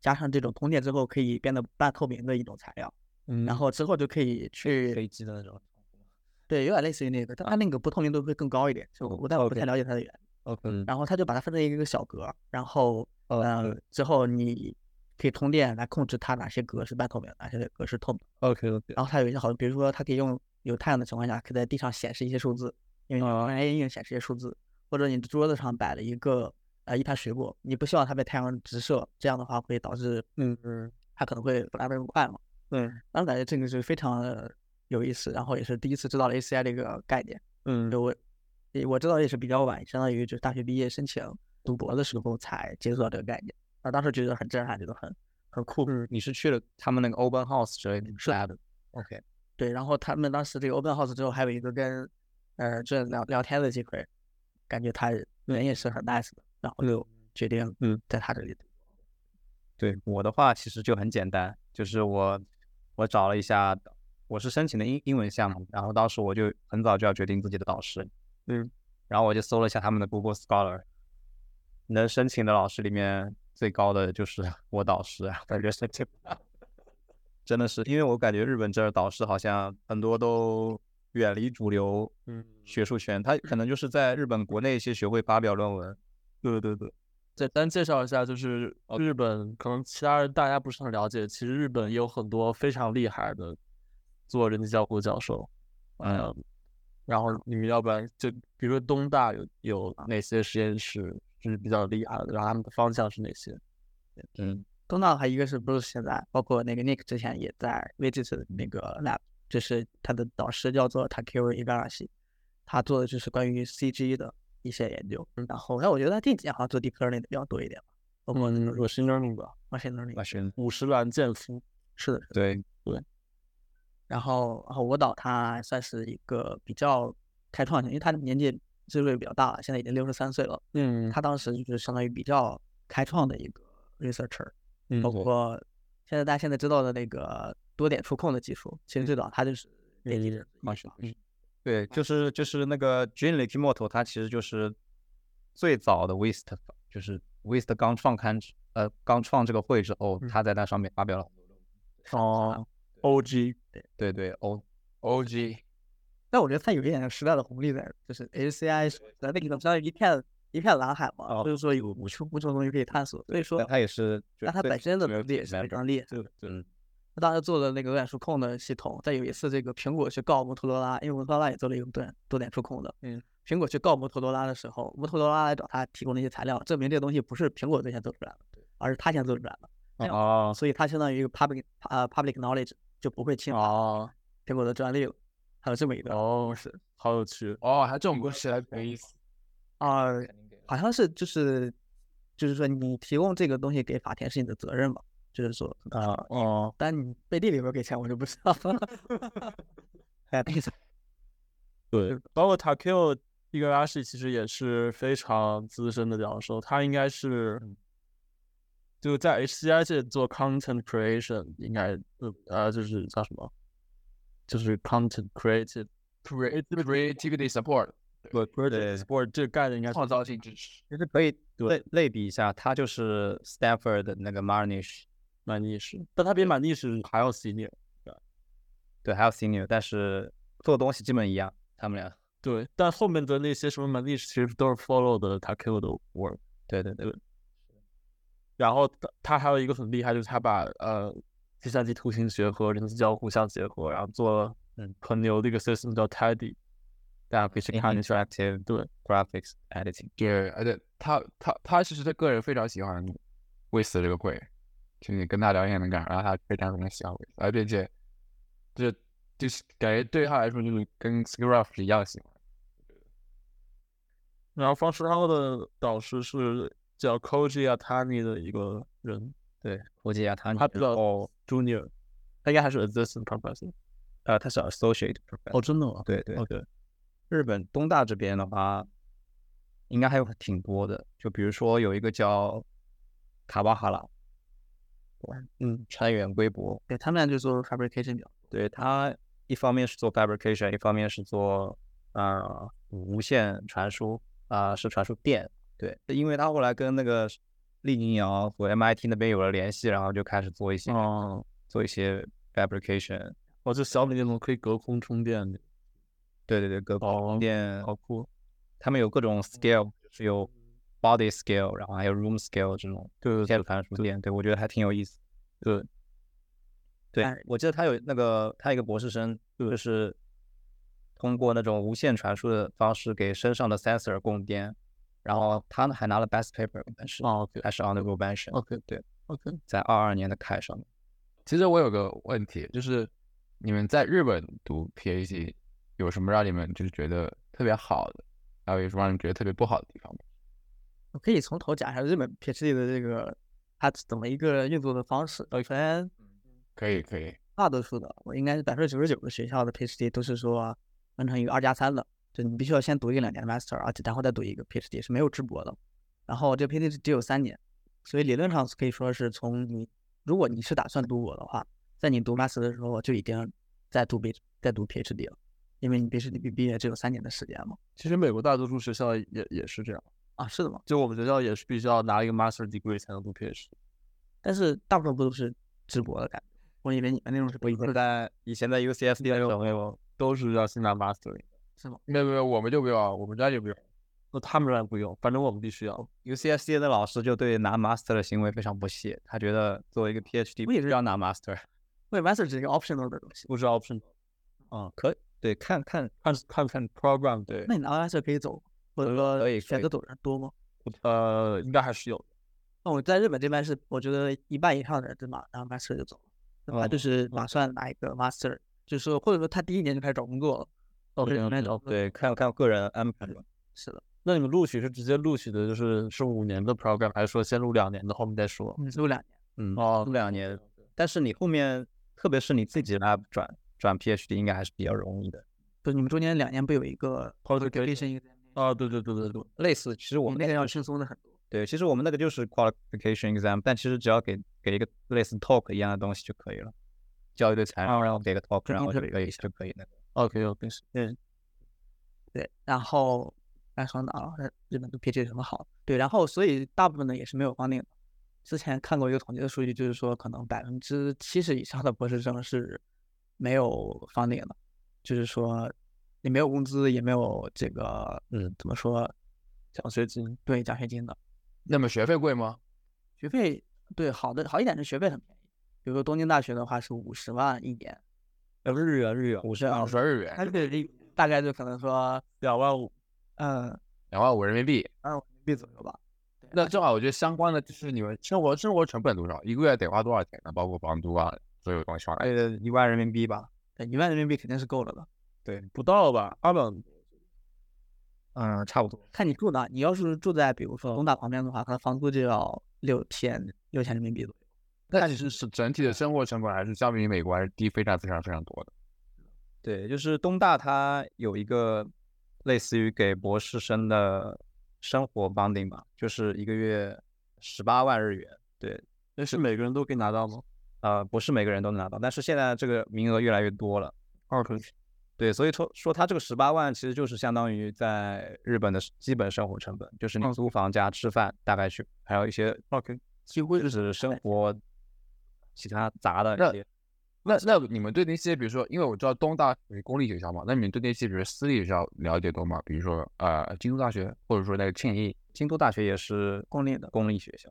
Speaker 3: 加上这种通电之后可以变得半透明的一种材料，
Speaker 1: 嗯
Speaker 3: 然后之后就可以去
Speaker 4: 飞机的那种。
Speaker 3: 对，有点类似于那个，但它那个不透明度会更高一点，就
Speaker 4: 嗯
Speaker 3: 我但我不
Speaker 4: OK
Speaker 3: 太了解它的原理。
Speaker 1: OK
Speaker 4: 嗯
Speaker 3: 然后它就把它分成一个小格，然后
Speaker 1: 嗯哦
Speaker 3: 呃，之后你可以通电来控制它哪些格是半透明，哪些格是透明。
Speaker 1: OK OK，
Speaker 3: 然后它有一些好，比如说它可以用有太阳的情况下，可以在地上显示一些数字，因为用 AI 应用显示一些数字，或者你桌子上摆了一个呃一盘水果，你不希望它被太阳直射，这样的话会导致
Speaker 1: 嗯嗯
Speaker 3: 它可能会不来不快嘛。
Speaker 1: 嗯
Speaker 3: 当时感觉这个是非常的有意思，然后也是第一次知道了 ACI 这个概念。
Speaker 1: 嗯
Speaker 3: 就我也我知道也是比较晚，相当于就是大学毕业申请读博的时候才接触到这个概念，啊，当时觉得很震撼，觉得很很酷。
Speaker 1: 嗯
Speaker 4: 你是去了他们那个 open house 之类的
Speaker 3: 是
Speaker 4: 来的？OK，
Speaker 3: 对，然后他们当时这个 open house 之后，还有一个跟呃这聊聊天的机会，感觉他人也是很 nice 的，然后就决定
Speaker 1: 嗯
Speaker 3: 在他这里读。
Speaker 4: 对我的话其实就很简单，就是我我找了一下，我是申请的英英文项目，然后当时我就很早就要决定自己的导师，
Speaker 1: 嗯，
Speaker 4: 然后我就搜了一下他们的 Google Scholar，能申请的老师里面最高的就是 (laughs) 我导师，啊，感觉申请不到真的是，因为我感觉日本这儿导师好像很多都远离主流
Speaker 1: 嗯，
Speaker 4: 学术圈，他可能就是在日本国内一些学会发表论文，
Speaker 1: 对对对。简单介绍一下，就是呃日本，可能其他人大家不是很了解，其实日本也有很多非常厉害的做人机交互教授，
Speaker 4: 嗯
Speaker 1: 呃，然后你们要不然就比如说东大有有哪些实验室是比较厉害的，然后他们的方向是哪些？
Speaker 4: 嗯，
Speaker 3: 东大还一个是不是现在，包括那个 Nick 之前也在 VGS 的那个 lab，就是他的导师叫做 Takiro Igarashi，他做的就是关于 CG 的一些研究。然后，但我觉得他近几年好像做 deep learning 的比较多一点吧，包括那个
Speaker 1: 嗯我是 learning 吧，
Speaker 3: machine learning。
Speaker 4: 是
Speaker 1: 五十岚健夫，
Speaker 3: 是的，是的。
Speaker 4: 对，
Speaker 3: 然后，然后我导他算是一个比较开创性，因为他年纪岁数也比较大了，现在已经六十三岁了。
Speaker 1: 嗯
Speaker 3: 他当时就是相当于比较开创的一个 researcher，
Speaker 1: 嗯
Speaker 3: 包括现在大家现在知道的那个多点触控的技术，其实
Speaker 4: 嗯
Speaker 3: 最早它就是那个
Speaker 1: 马
Speaker 3: 上
Speaker 4: 对，就是就是那个 Jun Likimoto，他其实就是最早的 Wist，就是 Wist 刚创刊之呃刚创这个会之后，他在那上面发表了很多论文。
Speaker 1: 哦，OG
Speaker 4: 对对，O
Speaker 2: OG
Speaker 3: 但我觉得它有一点点时代的红利在，就是 HCI 是在那个相当于一片一片蓝海嘛，所以说有无穷无穷的东西可以探索。所以说
Speaker 4: 哦但，他也是，就
Speaker 3: 那它
Speaker 4: 对
Speaker 3: 本身的
Speaker 4: 没有
Speaker 3: 能力也是非常厉害。
Speaker 4: 对对
Speaker 3: 他当时做的那个多点触控的系统，在有一次这个苹果去告摩托罗拉，因为摩托罗拉也做了一个多点多点触控的，
Speaker 1: 嗯，
Speaker 3: 苹果去告摩托罗拉的时候，摩托罗拉来找他提供的一些材料，证明这个东西不是苹果最先做出来的，而是他先做出来的，
Speaker 1: 哦
Speaker 3: 所以它相当于一个 public 呃 public knowledge 就不会侵犯
Speaker 1: 哦
Speaker 3: 苹果的专利了。还有这么一段
Speaker 1: 哦，是，好有趣。
Speaker 2: 哦，还
Speaker 4: 嗯
Speaker 2: 这种故事还挺有意思。
Speaker 3: 啊、好像是就是就是说你提供这个东西给法庭是你的责任嘛，就是说啊、呃
Speaker 1: 哦，
Speaker 3: 但你背地里边给钱我就不知道了。 (laughs)
Speaker 1: (laughs)
Speaker 3: 哎，那个
Speaker 1: 对，包括 Takeo Igarashi 其实也是非常资深的教授，他应该是
Speaker 2: 嗯
Speaker 1: 就在 HCI 界做 content creation，应该呃呃就是叫什么，就是 content creative
Speaker 2: Cre- Creativity support，
Speaker 1: 对 project
Speaker 4: 对
Speaker 1: support 这个概念应该
Speaker 2: 创造性支持。
Speaker 4: 其实可以
Speaker 1: 对
Speaker 4: 类类比一下，他就是 Stanford 的那个 Marnish，
Speaker 1: 蛮逆势，但他比蛮逆势还要 senior。
Speaker 4: 对，还有 Senior，但是做东西基本一样，他们俩。
Speaker 1: 对，但后面的那些什么蛮逆势其实都是 follow 的 Takeo 的 work。
Speaker 4: 对对对，
Speaker 1: 然后他他还有一个很厉害，就是他把呃计算机图形学和人工教互相结合，然后做了嗯很牛的一个 system 叫 Tidy，大家可以去看一下。
Speaker 4: Interactive
Speaker 1: 对
Speaker 4: Graphics Editing，
Speaker 2: 呃对，而且他他他其实他个人非常喜欢威斯这个会，就你跟他聊天能感受到他非常非常喜欢威斯，而并且就是就是感觉对他来说就是跟 s c r u f 是一样喜欢。
Speaker 1: 然后方世涛的导师是叫 Koji Atani 的一个人，
Speaker 4: 对，估计啊，他
Speaker 1: 他比较
Speaker 4: 哦，
Speaker 1: junior，他应该还是 assistant professor。
Speaker 4: 呃，他是 Associate Professor。
Speaker 1: 哦，真的吗？
Speaker 4: 对对，
Speaker 1: ，OK，
Speaker 4: 日本东大这边的话，应该还有挺多的，就比如说有一个叫卡巴哈拉，
Speaker 3: 嗯，
Speaker 4: 川原圭博，
Speaker 3: 对他们俩就做 fabrication 比较
Speaker 4: 对他一方面是做 fabrication，一方面是做呃无线传输啊、是传输电。对，因为他后来跟那个利宁瑶和 MIT 那边有了联系，然后就开始做一些、
Speaker 1: 哦，
Speaker 4: 做一些 fabrication。
Speaker 1: 哦，就小米那种可以隔空充电的，
Speaker 4: 对对对，隔
Speaker 1: 哦
Speaker 4: 空电，
Speaker 1: 好酷。
Speaker 4: 他们有各种 scale，就是有 body scale，然后还有 room scale 这种
Speaker 1: 对对
Speaker 4: 无线传输电。对，我觉得还挺有意思。
Speaker 1: 对，
Speaker 4: 对
Speaker 3: 哎，
Speaker 4: 我记得他有那个，他有一个博士生，就是通过那种无线传输的方式给身上的 sensor 供电，然后他呢还拿了 best paper，但是
Speaker 1: 哦，OK
Speaker 4: 还是 honorable mention，、
Speaker 1: OK
Speaker 4: 对
Speaker 1: OK，
Speaker 4: 在二二年的开上面。
Speaker 2: 其实我有个问题，就是你们在日本读 PhD 有什么让你们就是觉得特别好的，还有有什么让你们觉得特别不好的地方吗？
Speaker 3: 我可以从头讲一下日本 PhD 的这个它怎么一个运作的方式。首先，
Speaker 2: 可以，可以，
Speaker 3: 大多数的我应该是百分之九十九的学校的 PhD 都是说完成一个二加三的，就你必须要先读一个两年的 master，而且然后再读一个 PhD 是没有直博的。然后这个 PhD 只有三年，所以理论上可以说是从你如果你是打算读博的话，在你读 master 的时候就已经在读 B 在读 PhD 了，因为你 PhD 毕毕业只有三年的时间嘛。
Speaker 1: 其实美国大多数学校也也是这样，
Speaker 3: 啊，是的嘛。
Speaker 1: 就我们学校也是必须要拿一个 master degree 才能读 PhD。
Speaker 3: 但是大部分不都是直博的感觉？我以为你们那种是哎
Speaker 4: 我以前在以前在 UCSD 的时候，
Speaker 1: 友都是要先拿 master，的
Speaker 3: 是吗？
Speaker 2: 没有没有，我们就不要，我们家就不要。
Speaker 1: 那他们当然不用，反正我们必须要。
Speaker 4: UCSD 的老师就对拿 master 的行为非常不屑，他觉得作为一个 PhD
Speaker 3: 我也是
Speaker 4: 不要拿 master。
Speaker 3: 为 master 只是一个 optional 的东西。
Speaker 1: 不是 option，
Speaker 4: 嗯，可以对，看看
Speaker 1: 看看看 program 对，
Speaker 3: 那你拿 master 可以走，或者
Speaker 4: 可以可
Speaker 3: 说选
Speaker 4: 以
Speaker 3: 择走的人多吗？
Speaker 1: 呃，应该还是有的。
Speaker 3: 那我在日本这边是，我觉得一半以上的人就马然后 master 就走了，
Speaker 4: 哦
Speaker 3: 他就是打算拿一个 master，、就是说或者说他第一年就开始找工作了。
Speaker 1: OK，
Speaker 3: 对那
Speaker 1: OK，
Speaker 3: 种
Speaker 4: 对看看个人安排吧。
Speaker 3: 是的，
Speaker 1: 那你们录取是直接录取的，就是是五年的 program，还是说先录两年的，后面再说？
Speaker 3: 嗯，只有两年。
Speaker 4: 嗯，
Speaker 1: 哦
Speaker 4: 读两年，但是你后面，特别是你自己 lab 转转 PhD 应该还是比较容易的。
Speaker 3: 就你们中间两年不有一个
Speaker 1: Qualification
Speaker 3: 一个，
Speaker 1: 啊，对对对对对，
Speaker 4: 类似，其实我
Speaker 3: 我
Speaker 1: 嗯
Speaker 4: 们
Speaker 3: 们那
Speaker 4: 那
Speaker 3: 个
Speaker 4: 个
Speaker 3: 要
Speaker 4: 就是
Speaker 3: 轻松的很多。
Speaker 4: 对，其实我们那个就是 qualification exam，但其实只要给给一个类似 talk 一样的东西就可以了，交一堆材料，然后给个 talk，
Speaker 3: 跟
Speaker 4: 然后就
Speaker 3: interview
Speaker 4: 可以就可以那个。
Speaker 1: 哦 OK OK，嗯，
Speaker 3: 对，然后哎，说哪了？日本的 PG 有什么好？对，然后所以大部分的也是没有光定的。之前看过一个统计的数据，就是说可能百分之七十以上的博士生是没有房顶的，就是说你没有工资，也没有这个嗯怎么说
Speaker 1: 奖学金
Speaker 3: 对奖学金的
Speaker 2: 那么学费贵吗？
Speaker 3: 学费。对，好的好一点是学费很便宜，比如说东京大学的话是五十万一年，
Speaker 1: 呃日元日元五十
Speaker 2: 二十日元，
Speaker 3: 它这个大概就可能说
Speaker 1: 两万五，
Speaker 3: 嗯
Speaker 2: 两万五人民币。
Speaker 3: 二人民币左右吧。对
Speaker 2: 那正好，我觉得相关的就是你们生活生活成本多少，一个月得花多少钱呢？包括房租啊，所有东西花。
Speaker 4: 呃，一万人民币吧，
Speaker 3: 对，一万人民币肯定是够了的。
Speaker 2: 对，
Speaker 1: 不到吧，二百万
Speaker 4: 嗯，差不多。
Speaker 3: 看你住哪，你要是住在比如说东大旁边的话，可能房租就要六千六千人民币左右。
Speaker 2: 但是是整体的生活成本还是相比于美国还是低非常非常非常多的。
Speaker 4: 对，就是东大它有一个类似于给博士生的生活 funding 吧，就是一个月十八万日元。对，
Speaker 1: 那是每个人都可以拿到吗
Speaker 4: 呃，不是每个人都能拿到，但是现在这个名额越来越多了。
Speaker 1: ？OK，
Speaker 4: 对，所以说说它这个十八万其实就是相当于在日本的基本生活成本，就是你
Speaker 1: 嗯
Speaker 4: 租房加吃饭，大概去，还有一些
Speaker 1: OK，
Speaker 4: 几乎就是生活其他杂的
Speaker 2: 那
Speaker 4: 一些。
Speaker 2: 那那你们对那些比如说，因为我知道东大属于公立学校嘛，那你们对那些比如私立学校了解多吗？比如说呃，京都大学，或者说那个庆应，
Speaker 4: 京都大学也是
Speaker 3: 公立的
Speaker 4: 公立学校，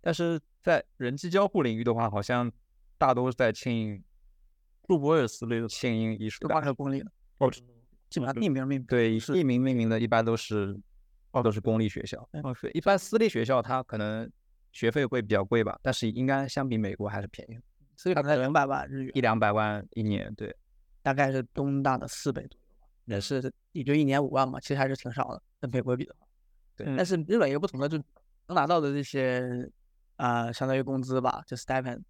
Speaker 4: 但是在人机交互领域的话，好像大多是在庆应
Speaker 1: 陆博也私立的
Speaker 4: 庆应艺术
Speaker 3: 就
Speaker 4: 大
Speaker 3: 八
Speaker 4: 学
Speaker 3: 个公立的，
Speaker 1: 哦
Speaker 3: 基本上匿名命
Speaker 4: 对艺名命名的，一般都是哦都是公立学校。
Speaker 3: 嗯
Speaker 4: 对，一般私立学校它可能学费会比较贵吧，但是应该相比美国还是便宜，
Speaker 3: 所以可能两百万日元，
Speaker 4: 一两百万一年。对，
Speaker 3: 大概是东大的四倍左右吧，也是也就一年五万嘛，其实还是挺少的，跟美国比的话。
Speaker 4: 对
Speaker 3: 但是日本有个不同的，就能拿到的这些啊、呃相当于工资吧，就 stipend，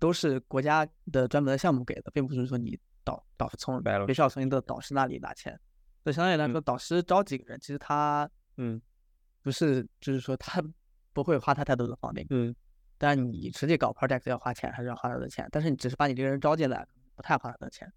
Speaker 3: 都是国家的专门的项目给的，并不是说你导导从
Speaker 4: 白了
Speaker 3: 学校从你的导师那里拿钱。对，相对来说，导师招几个人，其实他
Speaker 1: 嗯
Speaker 3: 不是就是说他不会花他太多的方面，
Speaker 1: 嗯
Speaker 3: 但你实际搞 project 要花钱，还是要花他的钱，但是你只是把你这个人招进来，不太花他的钱。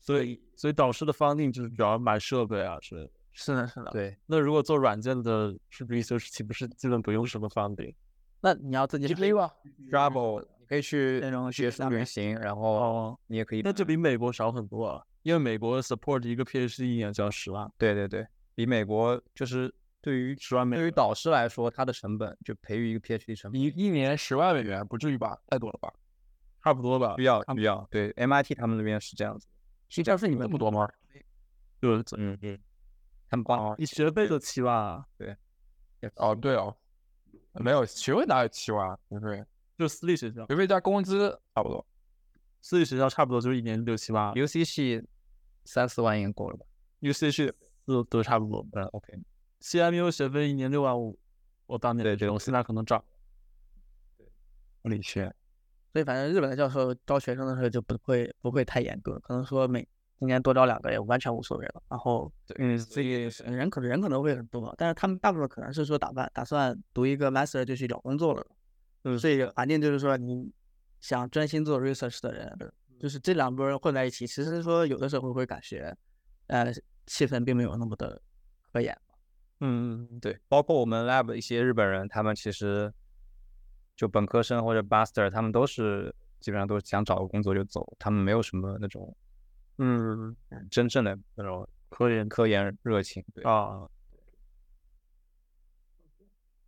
Speaker 1: 所以所以导师的 funding 就是主要买设备啊之类的。
Speaker 3: 是的，是的。
Speaker 4: 对，
Speaker 1: 那如果做软件的是 research，岂不是基本不用什么 funding？
Speaker 3: 那你要自己
Speaker 2: 飞吧，
Speaker 4: 啊 travel 你可以去
Speaker 3: 那种
Speaker 4: 学
Speaker 3: 大
Speaker 4: 术旅
Speaker 3: 概
Speaker 4: 行，然后
Speaker 1: 哦
Speaker 4: 你也可以
Speaker 1: 那就比美国少很多啊，因为美国 support 一个 PhD 一年就要十万。
Speaker 4: 对对对，比美国就是对于
Speaker 1: 10万美
Speaker 4: 对于
Speaker 1: 元
Speaker 4: 导师来说，它的成本就培育一个 PhD 成本
Speaker 2: 一一年十万美元，不至于吧？太多了吧？
Speaker 1: 差不多吧
Speaker 4: 需，要
Speaker 1: 他们
Speaker 4: 需要。对 MIT 他们那边是这样子，
Speaker 2: 学校是你们这么多吗？
Speaker 1: 对，
Speaker 4: 嗯嗯，他们帮
Speaker 1: 你哦学费都七万啊，
Speaker 2: 哦，对哦，没有学位哪有啊七万学费？
Speaker 1: 就是私立学校，
Speaker 2: 学费加工资差不多。
Speaker 1: 私立学校差不多就是一年六七万
Speaker 4: UC 系三四万应够了吧？
Speaker 1: ，UC 是都都差不多。
Speaker 4: 嗯，OK，
Speaker 1: CMU 学费一年六万五，我当年
Speaker 4: 对
Speaker 1: 是
Speaker 4: 对
Speaker 1: 这种，
Speaker 4: 对
Speaker 1: 现在可能涨。
Speaker 2: 理解。
Speaker 3: 所以反正日本的教授招学生的时候就不会不会太严格，可能说每今年多招两个也完全无所谓了。然后
Speaker 4: 嗯，
Speaker 3: 所以人可能人可能会很多，但是他们大部分可能是说打算打算读一个 master 就去找工作了。嗯，所以环境就是说你想专心做 research 的人，就是
Speaker 4: 嗯
Speaker 3: 这两拨人混在一起，其实说有的时候会感觉，呃，气氛并没有那么的科研。
Speaker 4: 嗯嗯，对，包括我们 lab 的一些日本人，他们其实就本科生或者 master，他们都是基本上都是想找个工作就走，他们没有什么那种
Speaker 1: 嗯
Speaker 4: 真正的那种科研科研热情。对，嗯
Speaker 1: 啊，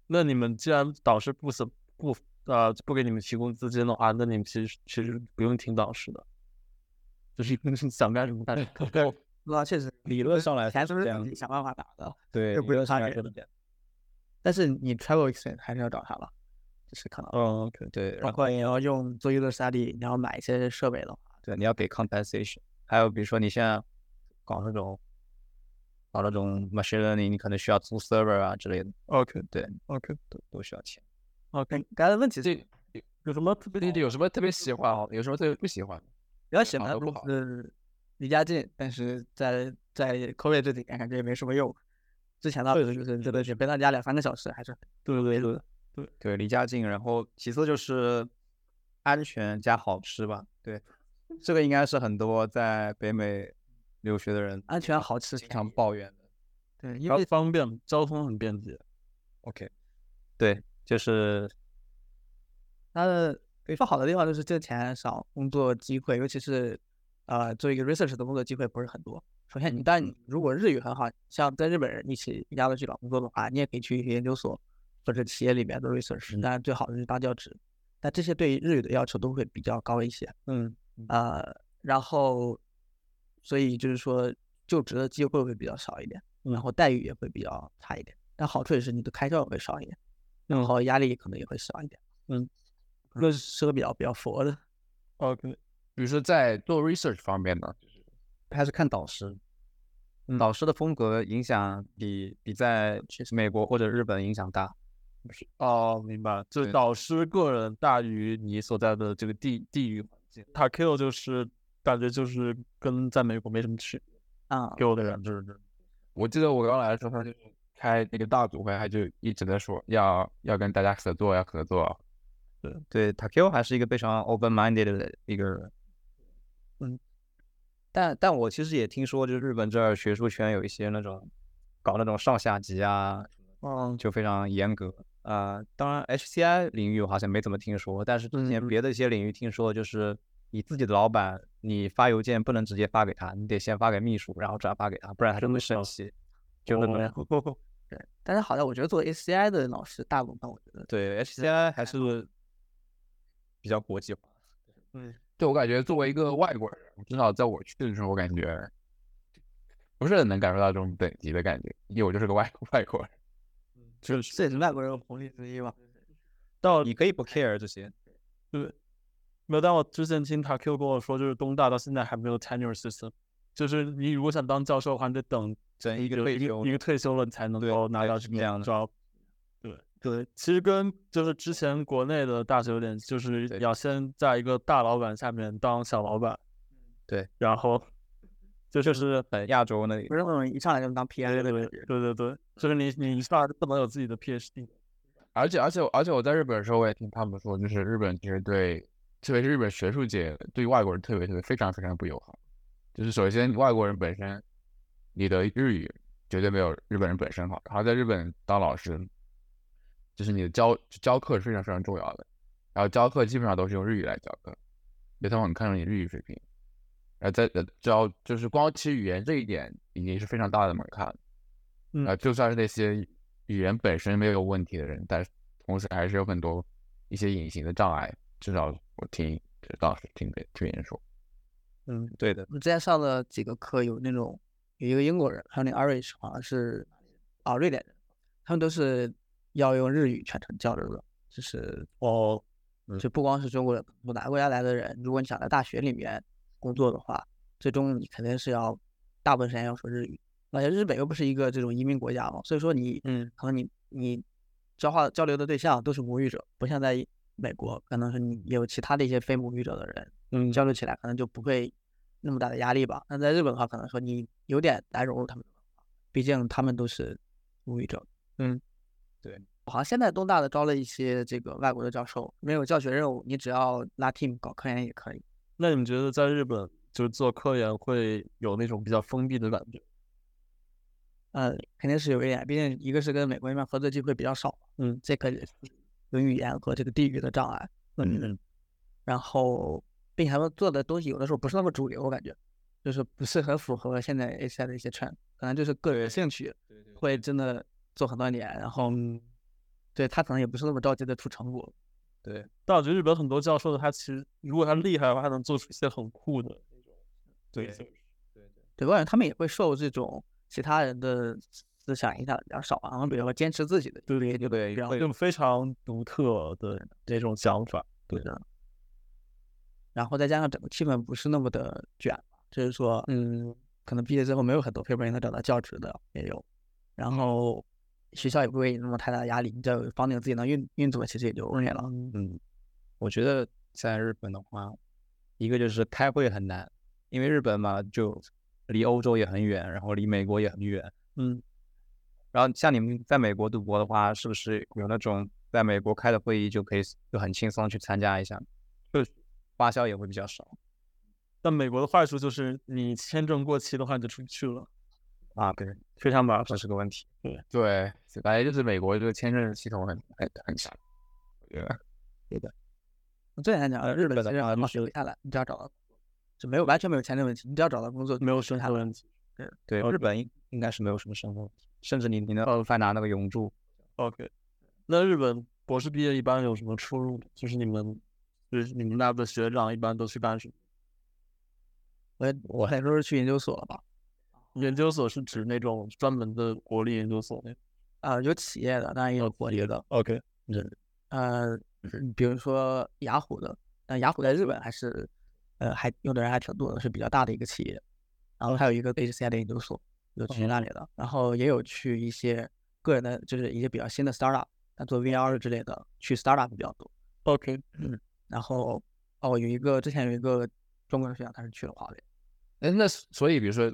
Speaker 1: 那你们既然导师不 sup- 不呃不给你们提供资金的话，那你们其实其实不用听导师的，就是想干什么干什么。
Speaker 3: 那确实，
Speaker 4: 理论上来说
Speaker 3: 钱
Speaker 4: 是
Speaker 3: 都是
Speaker 4: 这
Speaker 3: 自
Speaker 4: 样
Speaker 3: 己
Speaker 4: 子
Speaker 3: 想办法拿的。
Speaker 4: (laughs)
Speaker 1: (laughs)
Speaker 4: 对，
Speaker 3: 就
Speaker 4: 理
Speaker 3: 不用
Speaker 4: 论上
Speaker 3: 看
Speaker 4: 来
Speaker 3: 人
Speaker 4: 说是这样
Speaker 3: 但是你 travel experience 还是要找他吧，就是可能，
Speaker 1: 嗯，OK，
Speaker 4: 对，啊然
Speaker 3: 包
Speaker 4: 后
Speaker 3: 括你要用做 user study，你要买一些设备的话，
Speaker 4: 对，你要给 compensation。还有比如说你现在搞那种搞那种 machine learning，你可能需要租 server 啊之类的，
Speaker 1: OK
Speaker 4: 对
Speaker 1: OK，
Speaker 4: 都都需要钱。
Speaker 3: 那刚才问题是
Speaker 2: 这
Speaker 1: 有什么特别
Speaker 2: 这里有什么特别喜欢的？有什么特别不喜欢的？
Speaker 3: 比较喜
Speaker 2: 好
Speaker 3: 欢
Speaker 2: 都不
Speaker 3: 公
Speaker 2: 好
Speaker 3: 司离家近，但是在在 COVID 这几年感觉也没什么用。之前的时就是真的是别到家两三个小时，还是
Speaker 1: 对对对，
Speaker 4: 对，离家近，然后其次就是安全加好吃吧。对，这个应该是很多在北美留学的人
Speaker 3: 安全好吃
Speaker 4: 经。常抱怨的。
Speaker 3: 对，
Speaker 1: 比
Speaker 3: 因
Speaker 1: 较
Speaker 3: 为
Speaker 1: 方便，交通很便捷。
Speaker 4: OK，对，就是
Speaker 3: 它的不好的地方就是挣钱少，工作机会，尤其是呃做一个 research 的工作机会不是很多。首先你，
Speaker 1: 嗯
Speaker 3: 但你如果日语很好，像在日本人一起压着去找工作的话，你也可以去一些研究所或者企业里面做
Speaker 1: 嗯
Speaker 3: research，当然最好的是当教职。但这些对于日语的要求都会比较高一些。
Speaker 1: 嗯，
Speaker 3: 呃，然后所以就是说就职的机会会比较少一点，然后待遇也会比较差一点。但好处也是你的开销也会少一点，然后压力可能也会少一点。嗯，那是个比较比较佛的。
Speaker 4: 哦
Speaker 1: OK，
Speaker 2: 比如说在做 research 方面呢，
Speaker 4: 还是看导师，
Speaker 1: 嗯
Speaker 4: 导师的风格影响比比在
Speaker 3: 确实
Speaker 4: 美国或者日本影响大。
Speaker 1: 哦，明白，就是
Speaker 2: 对
Speaker 1: 导师个人大于你所在的这个地地域环境。塔 Q 就是感觉就是跟在美国没什么区别，
Speaker 3: 啊，
Speaker 1: 给我的感知是这样。
Speaker 2: 我记得我刚来的时候，他就是开那个大组会，他就一直在说要要跟大家合作，要合作。
Speaker 4: 对，Takio 还是一个非常 open-minded 的一个人。
Speaker 1: 嗯，
Speaker 4: 但但我其实也听说，就是日本这儿学术圈有一些那种搞那种上下级啊，
Speaker 1: 嗯，
Speaker 4: 就非常严格。呃，当然 HCI 领域我好像没怎么听说，但是之前
Speaker 1: 嗯
Speaker 4: 别的一些领域听说，就是你自己的老板，你发邮件不能直接发给他，你得先发给秘书，然后转发给他，不然他就会
Speaker 1: 啊
Speaker 4: 生气。就那种
Speaker 1: 种，
Speaker 3: 但是好在我觉得做 ACI 的老师大部分我觉得
Speaker 1: (laughs)
Speaker 4: 对 HCI 还是比较国际化。
Speaker 2: 对我感觉作为一个外国人，至少在我去的时候，我感觉不是很能感受到这种等级的感觉，因为我就是个外 (laughs) 外国人。
Speaker 1: 确实
Speaker 3: 这也是外国人的红利之一吧。
Speaker 1: 到
Speaker 4: 你可以不 care 这些，
Speaker 1: 没有，但我之前听塔 Q 跟我说，就是东大到现在还没有 tenure system，就是你如果想当教授的话，你得等
Speaker 4: 整一
Speaker 1: 一
Speaker 4: 个
Speaker 1: 个
Speaker 4: 退
Speaker 1: 一
Speaker 4: 休
Speaker 1: 个一个退休了，你才能
Speaker 4: 对
Speaker 1: 够拿
Speaker 4: 对
Speaker 1: 到
Speaker 4: 是
Speaker 1: 这个
Speaker 4: 这样的
Speaker 1: job。对对，其实跟就是之前国内的大学有点，就是
Speaker 4: 对
Speaker 1: 要先在一个大老板下面当小老板，
Speaker 4: 对，
Speaker 1: 然后就是
Speaker 4: 呃，亚洲那里
Speaker 3: 不是那种一上来就当
Speaker 1: 对对
Speaker 3: PM 的
Speaker 1: 对
Speaker 3: 感
Speaker 1: 对
Speaker 3: 觉，
Speaker 1: 对对，就是你你上来就不能有自己的 PhD。
Speaker 2: 而且而且而且我在日本的时候，我也听他们说，就是日本其实对，特别是日本学术界对外国人特别特别非常非常不友好。就是首先外国人本身，你的日语绝对没有日本人本身好，然后在日本当老师，就是你的教教课是非常非常重要的，然后教课基本上都是用日语来教课，所以他们很看重你日语水平。然后在呃教就是光其语言这一点已经是非常大的门槛了。
Speaker 1: 嗯
Speaker 2: 啊，就算是那些语言本身没有问题的人，但是同时还是有很多一些隐形的障碍。至少我听就是当时听别听别人说，
Speaker 1: 嗯，
Speaker 4: 对的，
Speaker 3: 我之前上了几个课，有那种有一个英国人，还有那 Irish 好像是啊瑞典人，他们都是要用日语全程交流的，就是
Speaker 1: 哦，
Speaker 3: 就不光是中国人，从哪个国家来的人，如果你想在大学里面工作的话，最终你肯定是要大部分时间要说日语，而且日本又不是一个这种移民国家嘛，所以说你
Speaker 1: 嗯
Speaker 3: 可能你你交换交流的对象都是母语者，不像在美国，可能是你有其他的一些非母语者的人，
Speaker 1: 嗯
Speaker 3: 交流起来可能就不会那么大的压力吧。但在日本的话，可能说你有点难融入他们的文化，毕竟他们都是母语者。
Speaker 1: 嗯，
Speaker 4: 对。
Speaker 3: 好像现在东大的招了一些这个外国的教授，没有教学任务，你只要拉 team 搞科研也可以。
Speaker 1: 那你们觉得在日本就是做科研会有那种比较封闭的感觉？
Speaker 3: 呃，肯定是有一点，毕竟一个是跟美国那边合作机会比较少，
Speaker 1: 嗯，
Speaker 3: 这个也是有语言和这个地域的障碍，
Speaker 1: 嗯
Speaker 3: 然后并且他们做的东西有的时候不是那么主流，我感觉就是不是很符合现在 ACI 的一些 trend，可能就是个人兴趣会真的做很多年，然后
Speaker 1: 嗯
Speaker 3: 对他可能也不是那么着急的出成果。
Speaker 1: 但我觉得日本很多教授他其实如果他厉害的话，他能做出一些很酷的那种。对，
Speaker 3: 对，我感觉他们也会受这种其他人的思想影响得比较少啊，然后比如说坚持自己的，
Speaker 1: 对对
Speaker 3: 对
Speaker 4: 对
Speaker 1: 然后
Speaker 4: 会
Speaker 1: 就非常独特的这种想法。对的，
Speaker 3: 然后再加上整个气氛不是那么的卷，就是说，嗯，可能毕业之后没有很多 paper 能找到教职的也有，然后学校也不会那么太大的压力，你只要有房顶自己能运运作，其实也就 OK 了。
Speaker 4: 嗯，我觉得在日本的话，一个就是开会很难，因为日本嘛就离欧洲也很远，然后离美国也很远。
Speaker 1: 嗯，
Speaker 4: 然后像你们在美国读博的话，是不是有那种在美国开的会议就可以就很轻松去参加一下，就花销也会比较少
Speaker 1: 但美国的坏处就是你签证过期的话，你就出不去了，
Speaker 4: 啊？对，
Speaker 1: 非常麻
Speaker 4: 这
Speaker 1: 烦。
Speaker 4: 是个问题。
Speaker 2: 对，感觉就是美国这个签证系统很很很强。
Speaker 3: 这点来讲，日本
Speaker 4: 本
Speaker 3: 其
Speaker 4: 的
Speaker 3: 实
Speaker 4: 话
Speaker 3: 很
Speaker 4: 就
Speaker 3: 多留下来，你只要找到，就没有完全没有钱的问题，你只要找到工作，
Speaker 1: 没有生态问题。
Speaker 4: 对，
Speaker 1: OK
Speaker 4: 日本应应该是没有什么身份问题，甚至你你能犯拿那个永住，
Speaker 1: 呃 OK，那日本博士毕业一般有什么出路？就是你们，就是你们 lab 的学长一般都去干什么？
Speaker 3: 我我那时候是去研究所了吧？
Speaker 1: 研究所是指那种专门的国立研究所那种。
Speaker 3: 啊、有企业的，当然也有国立的，
Speaker 1: OK，
Speaker 3: 呃，比如说雅虎的，但雅虎在日本还是，呃，还用的人还挺多的，是比较大的一个企业。然后还有一个 HCI 的研究所，有之前
Speaker 4: 哦
Speaker 3: 那里的，然后也有去一些个人的，就是一些比较新的 startup，他做 VR 之类的，去 startup 比较多。嗯
Speaker 1: OK，
Speaker 3: 然后哦，有一个之前有一个中国的学长，他是去了华为，
Speaker 2: 哎，那所以比如说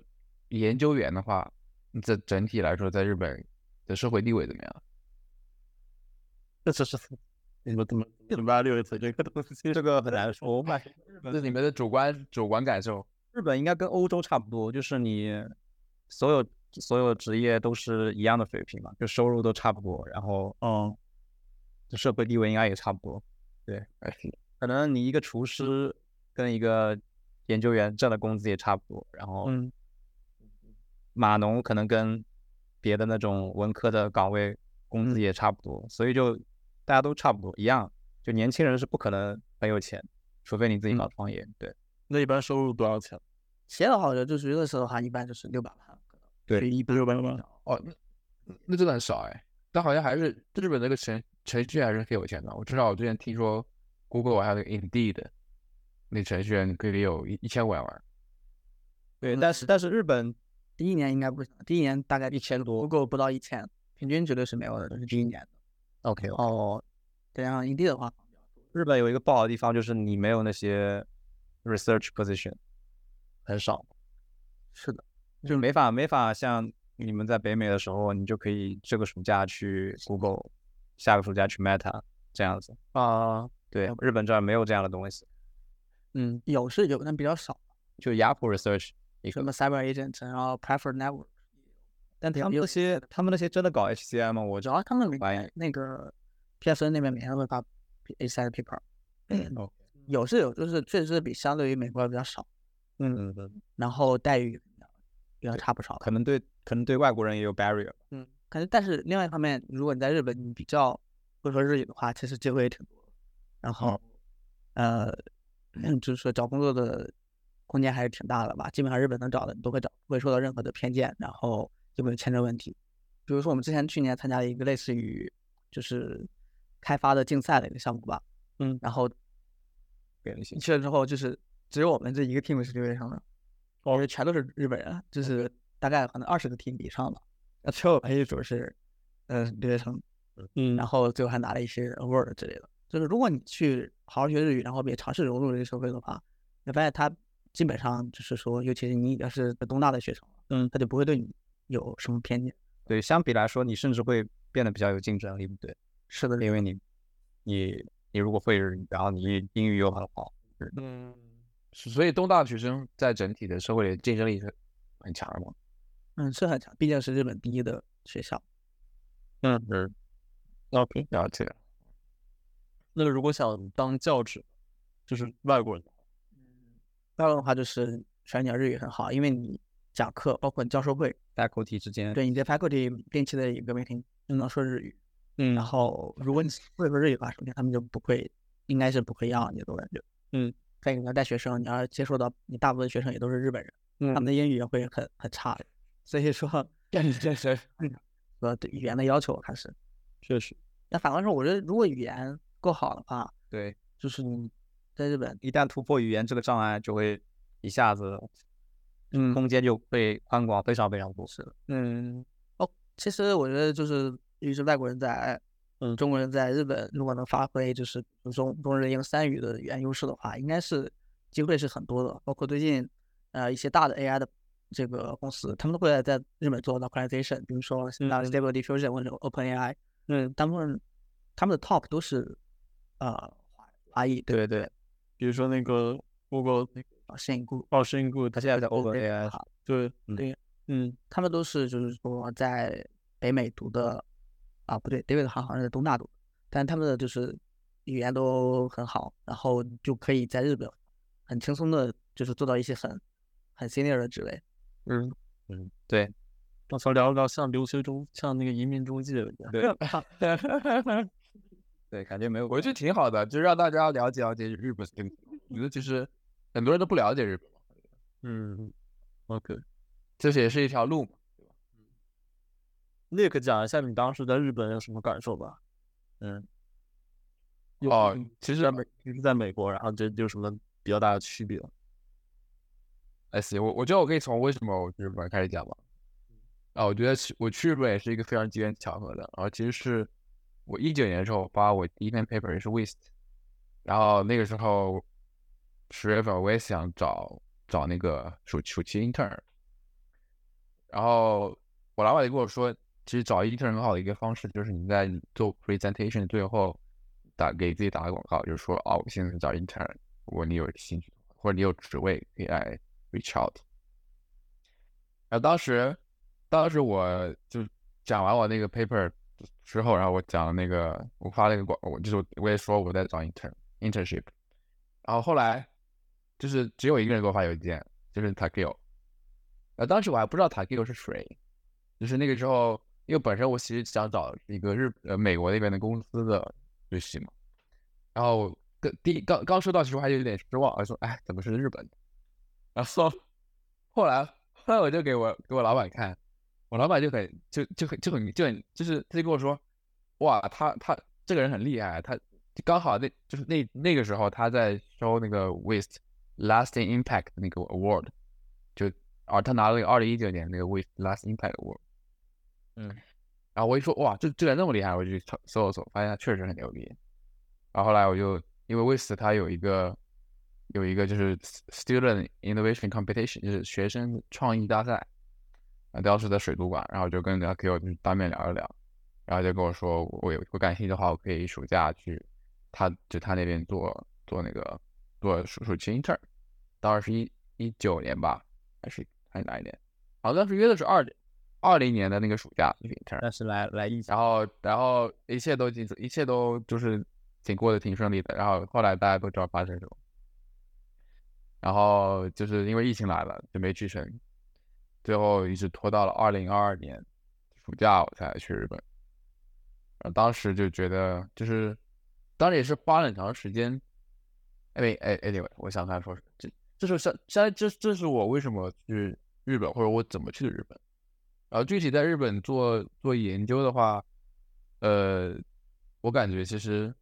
Speaker 2: 研究员的话，你这整体来说在日本的社会地位怎么样？
Speaker 1: 这这是你们怎么怎么六一次这个东西？
Speaker 4: 这个很难说。我买
Speaker 2: 就是你们的主观主观感受。
Speaker 4: 日本应该跟欧洲差不多，就是你所有所有职业都是一样的水平嘛，就收入都差不多，然后
Speaker 1: 嗯，
Speaker 4: 就社会地位应该也差不多。
Speaker 2: 哎
Speaker 4: 可能你一个厨师跟一个研究员挣的工资也差不多，然后
Speaker 3: 嗯，
Speaker 4: 码农可能跟别的那种文科的岗位工
Speaker 1: 嗯
Speaker 4: 资也差不多，所以就大家都差不多一样。就年轻人是不可能很有钱，除非你自己搞创业。对，
Speaker 1: 嗯那一般收入多少钱？
Speaker 3: 写的好的就是认识的话，一般就是六百万，可能
Speaker 4: 对
Speaker 3: 所以一
Speaker 1: 六百万。
Speaker 2: 哦，那那真的很少哎。但好像还是日本那个程程序员还是很有钱的。我至少我之前听说，Google 网上那个 Indeed 那程序员可以有一一千五百万。
Speaker 4: 对，但是但是日本
Speaker 3: 嗯第一年应该不行，第一年大概
Speaker 4: 一千多
Speaker 3: 不够不到一千，平均绝对是没有的，这是第一年的。
Speaker 4: ，OK，
Speaker 3: 哦，再加上异地的话，
Speaker 4: 日本有一个不好的地方就是你没有那些 research position，很少，
Speaker 3: 是的，
Speaker 4: 就没法没法像你们在北美的时候，你就可以这个暑假去 Google，下个暑假去 Meta 这样子。
Speaker 1: 啊，
Speaker 4: 对，日本这儿没有这样的东西，
Speaker 3: 嗯，有是有，但比较少，
Speaker 4: 就 Yahoo Research 一
Speaker 3: 什
Speaker 4: 个。
Speaker 3: 么 Cyber Agent，然后 Preferred Network，但
Speaker 4: 他
Speaker 3: 他
Speaker 4: 们嗯
Speaker 3: 们
Speaker 4: 那些他们那些真的搞 HCI 吗？啊我知
Speaker 3: 主
Speaker 4: 道
Speaker 3: 要他们每
Speaker 4: 玩意
Speaker 3: 天那个 PSN 那边每天会发 A side paper，有
Speaker 4: 哦
Speaker 3: 是有，就是确实是比相对于美国比较少，
Speaker 4: 嗯，嗯，
Speaker 3: 然后待遇也差不少。
Speaker 4: 可能对可能对外国人也有 barrier。
Speaker 3: 嗯，可能但是另外一方面，如果你在日本你比较会说日语的话，其实机会也挺多的。
Speaker 4: 嗯
Speaker 3: 然后，呃， (clears throat) 就是说找工作的空间还是挺大的吧。基本上日本能找的你都会找，不会受到任何的偏见，然后就没有签证问题。比如说我们之前去年参加了一个类似于就是开发的竞赛的一个项目吧，
Speaker 1: 嗯，
Speaker 3: 然后
Speaker 4: 给了一些
Speaker 3: 你去了之后，就是只有我们这一个 team 是留学生的，
Speaker 4: 哦
Speaker 3: 我们全都是日本人，啊就是大概可能二十个 team 以上吧，那只有我们一组是，呃，留学生，
Speaker 1: 嗯
Speaker 3: 然后最后还拿了一些 award 之类的。就是如果你去好好学日语，然后也尝试融入这个社会的话，你发现他基本上就是说，尤其是你要是东大的学生，
Speaker 1: 嗯，
Speaker 3: 他就不会对你有什么偏见。
Speaker 4: 对，相比来说，你甚至会变得比较有竞争力，对，
Speaker 3: 是的，
Speaker 4: 因为你你你如果会日语，然后你英语又很好，
Speaker 1: 嗯，
Speaker 2: 所以东大学生在整体的社会里竞争力是很强的嘛。
Speaker 3: 嗯，是很强，毕竟是日本第一的学校。
Speaker 1: 嗯
Speaker 2: 嗯
Speaker 1: ，OK。
Speaker 2: 了解。
Speaker 1: 那如果想当教职，就是外国人的话，
Speaker 3: 第二个的话就是，首先你要日语很好，因为你讲课，包括你教授会，
Speaker 4: 代口体之间，
Speaker 3: 对你在 faculty 定期的一个 meeting 就能说日语，
Speaker 1: 嗯
Speaker 3: 然后如果你不会说日语的话，首先他们就不会，应该是不会要你的，我感觉，
Speaker 1: 嗯。
Speaker 3: 再一个，你要带学生，你要接触到你大部分学生也都是日本人，
Speaker 1: 嗯
Speaker 3: 他们的英语也会很很差的，所以说，
Speaker 4: (laughs)
Speaker 3: (laughs)
Speaker 2: 你这是
Speaker 3: 呃，对语言的要求还是。
Speaker 1: 确实，
Speaker 3: 那反过来说，我觉得如果语言够好的话，
Speaker 4: 对，
Speaker 3: 就是你在日本，
Speaker 4: 一旦突破语言这个障碍，就会一下子，嗯，空间就会宽广非常非常多。是的，
Speaker 1: 嗯
Speaker 3: 哦，其实我觉得就是，尤其是外国人在，
Speaker 1: 嗯
Speaker 3: 中国人在日本，如果能发挥就是中中日英三语的语言优势的话，应该是机会是很多的。包括最近，呃，一些大的 AI 的这个公司，他们都会在日本做 localization，比如说
Speaker 1: 嗯
Speaker 3: 像 Stable Diffusion 或者 OpenAI，嗯，他们他们的 top 都是呃华华裔，对
Speaker 4: 对对，
Speaker 1: 比如说那个 Google 那个
Speaker 3: 吧？摄影顾
Speaker 1: 奥斯因 Good，
Speaker 4: 他现在在
Speaker 3: 欧
Speaker 4: OpenAI
Speaker 1: 对，
Speaker 3: 对，
Speaker 1: 嗯
Speaker 3: 他们都是就是说在北美读的，啊不对，David 好像是在东大读的，但他们的就是语言都很好，然后就可以在日本很轻松的，就是做到一些很很 senior 的职位。
Speaker 1: 嗯，
Speaker 4: 嗯，对，
Speaker 1: 刚才聊了聊像留学中，像那个移民中介一样， (laughs)
Speaker 4: 对对，感觉没有，
Speaker 2: 我觉得挺好的，就让大家了解了解日本。我觉得其实很多人都不了解日本嘛，
Speaker 1: 嗯，OK。
Speaker 2: 这是也是一条路嘛。
Speaker 1: Nick 讲一下你当时在日本有什么感受吧？嗯，有
Speaker 2: 哦
Speaker 1: 嗯
Speaker 2: 其实
Speaker 1: 在美你是在美国，然后这有什么比较大的区别？
Speaker 2: 哎，行，我我觉得我可以从为什么我去日本开始讲吧。啊，我觉得去我去日本也是一个非常机缘巧合的。然后其实是我一九年的时候发我第一篇 paper 也是 Wist，然后那个时候十月份我也想找找那个暑暑期 intern，然后我老板就跟我说，其实找 intern 很好的一个方式就是你在你做 presentation 最后打给自己打个广告，就是说啊，我现在找 intern，如果你有兴趣的话或者你有职位可以来 reach out。然后当时。当时我就讲完我那个 paper 之后，然后我讲了那个，我发了一个广，我就是我也说我在找 intern internship，然后后来就是只有一个人给我发邮件，就是 Takio，呃，当时我还不知道 Takio 是谁，就是那个时候，因为本身我其实想找一个日呃美国那边的公司的实习嘛，然后跟第刚刚收到其实我还有点失望，我说哎怎么是日本的？然后后来后来我就给我给我老板看。我老板就很就就很就很就很就是他就跟我说，哇，他他这个人很厉害，他就刚好那就是那那个时候他在收那个 Wist Lasting Impact 那个 Award，就啊他拿了二零一九年那个 Wist Lasting Impact Award，
Speaker 4: 嗯，
Speaker 2: 然后我一说哇这这个人那么厉害，我就去搜了搜，发现他确实很牛逼，然后后来我就因为 Wist 他有一个有一个就是 Student Innovation Competition，就是学生创意大赛。啊，当时在水族馆，然后就跟人家 Q 就是当面聊一聊，然后就跟我说，我有我感兴趣的话，我可以暑假去他就他那边做做那个做暑暑期 intern，当时是一一九年吧，还是还是哪一年？好像是约的是二二零年的那个暑假去 intern，
Speaker 4: 但是来来一
Speaker 2: 然后然后一切都挺一切都就是挺过得挺顺利的，然后后来大家都知道发生什么，然后就是因为疫情来了就没去成。最后一直拖到了二零二二年暑假我才去日本，然后当时就觉得就是，当时也是花了很长时间。哎哎哎，anyway，我想看说这这是相相当于这这是我为什么去日本或者我怎么去的日本，然后具体在日本做做研究的话，呃，我感觉其实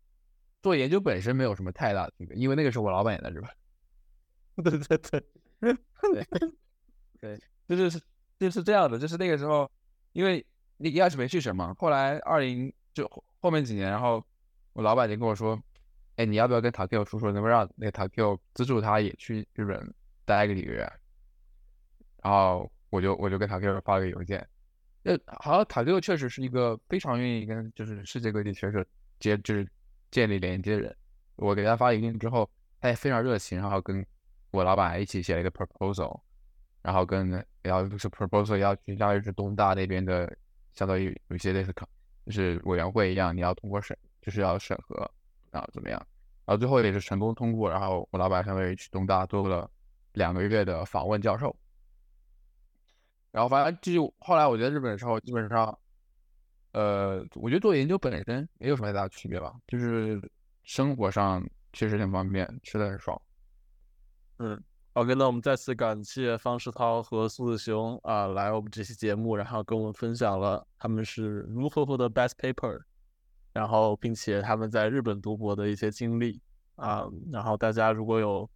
Speaker 2: 做研究本身没有什么太大的区别，因为那个时候我老板也在日本。
Speaker 4: (laughs) 对对对，
Speaker 2: 就是就是这样的，就是那个时候，因为你一开始没去成嘛，后来二零就后后面几年，然后我老板就跟我说，哎，你要不要跟塔 Q 说说，能不能让那个塔 Q 资助他也去日本待个几个月？然后我就我就跟塔 Q 发了个邮件，呃，好像塔 Q 确实是一个非常愿意跟就是世界各地学者接就是建立连接的人。我给他发邮件之后，他也非常热情，然后跟我老板一起写了一个 proposal。然后跟然后就是 proposal 要去，相当于是东大那边的，相当于有一些类似考，就是委员会一样，你要通过审，就是要审核，然后怎么样，然后最后也是成功通过，然后我老板相当于去东大做了两个月的访问教授，然后反正就是后来我在日本的时候，基本上，呃，我觉得做研究本身没有什么太大区别吧，就是生活上确实很方便，吃的很爽。
Speaker 1: OK，那我们再次感谢方世涛和苏子雄啊，来我们这期节目，然后跟我们分享了他们是如何获得 best paper，然后并且他们在日本读博的一些经历啊。然后大家如果有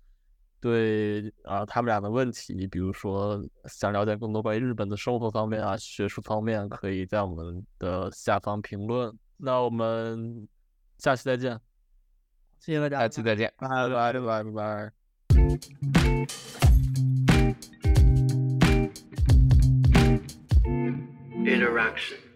Speaker 1: 对啊他们俩的问题，比如说想了解更多关于日本的生活方面啊、学术方面，可以在我们的下方评论。那我们下期再见，
Speaker 3: 谢谢大家，
Speaker 2: 下期再见。
Speaker 1: 拜拜拜拜拜拜。
Speaker 7: interaction.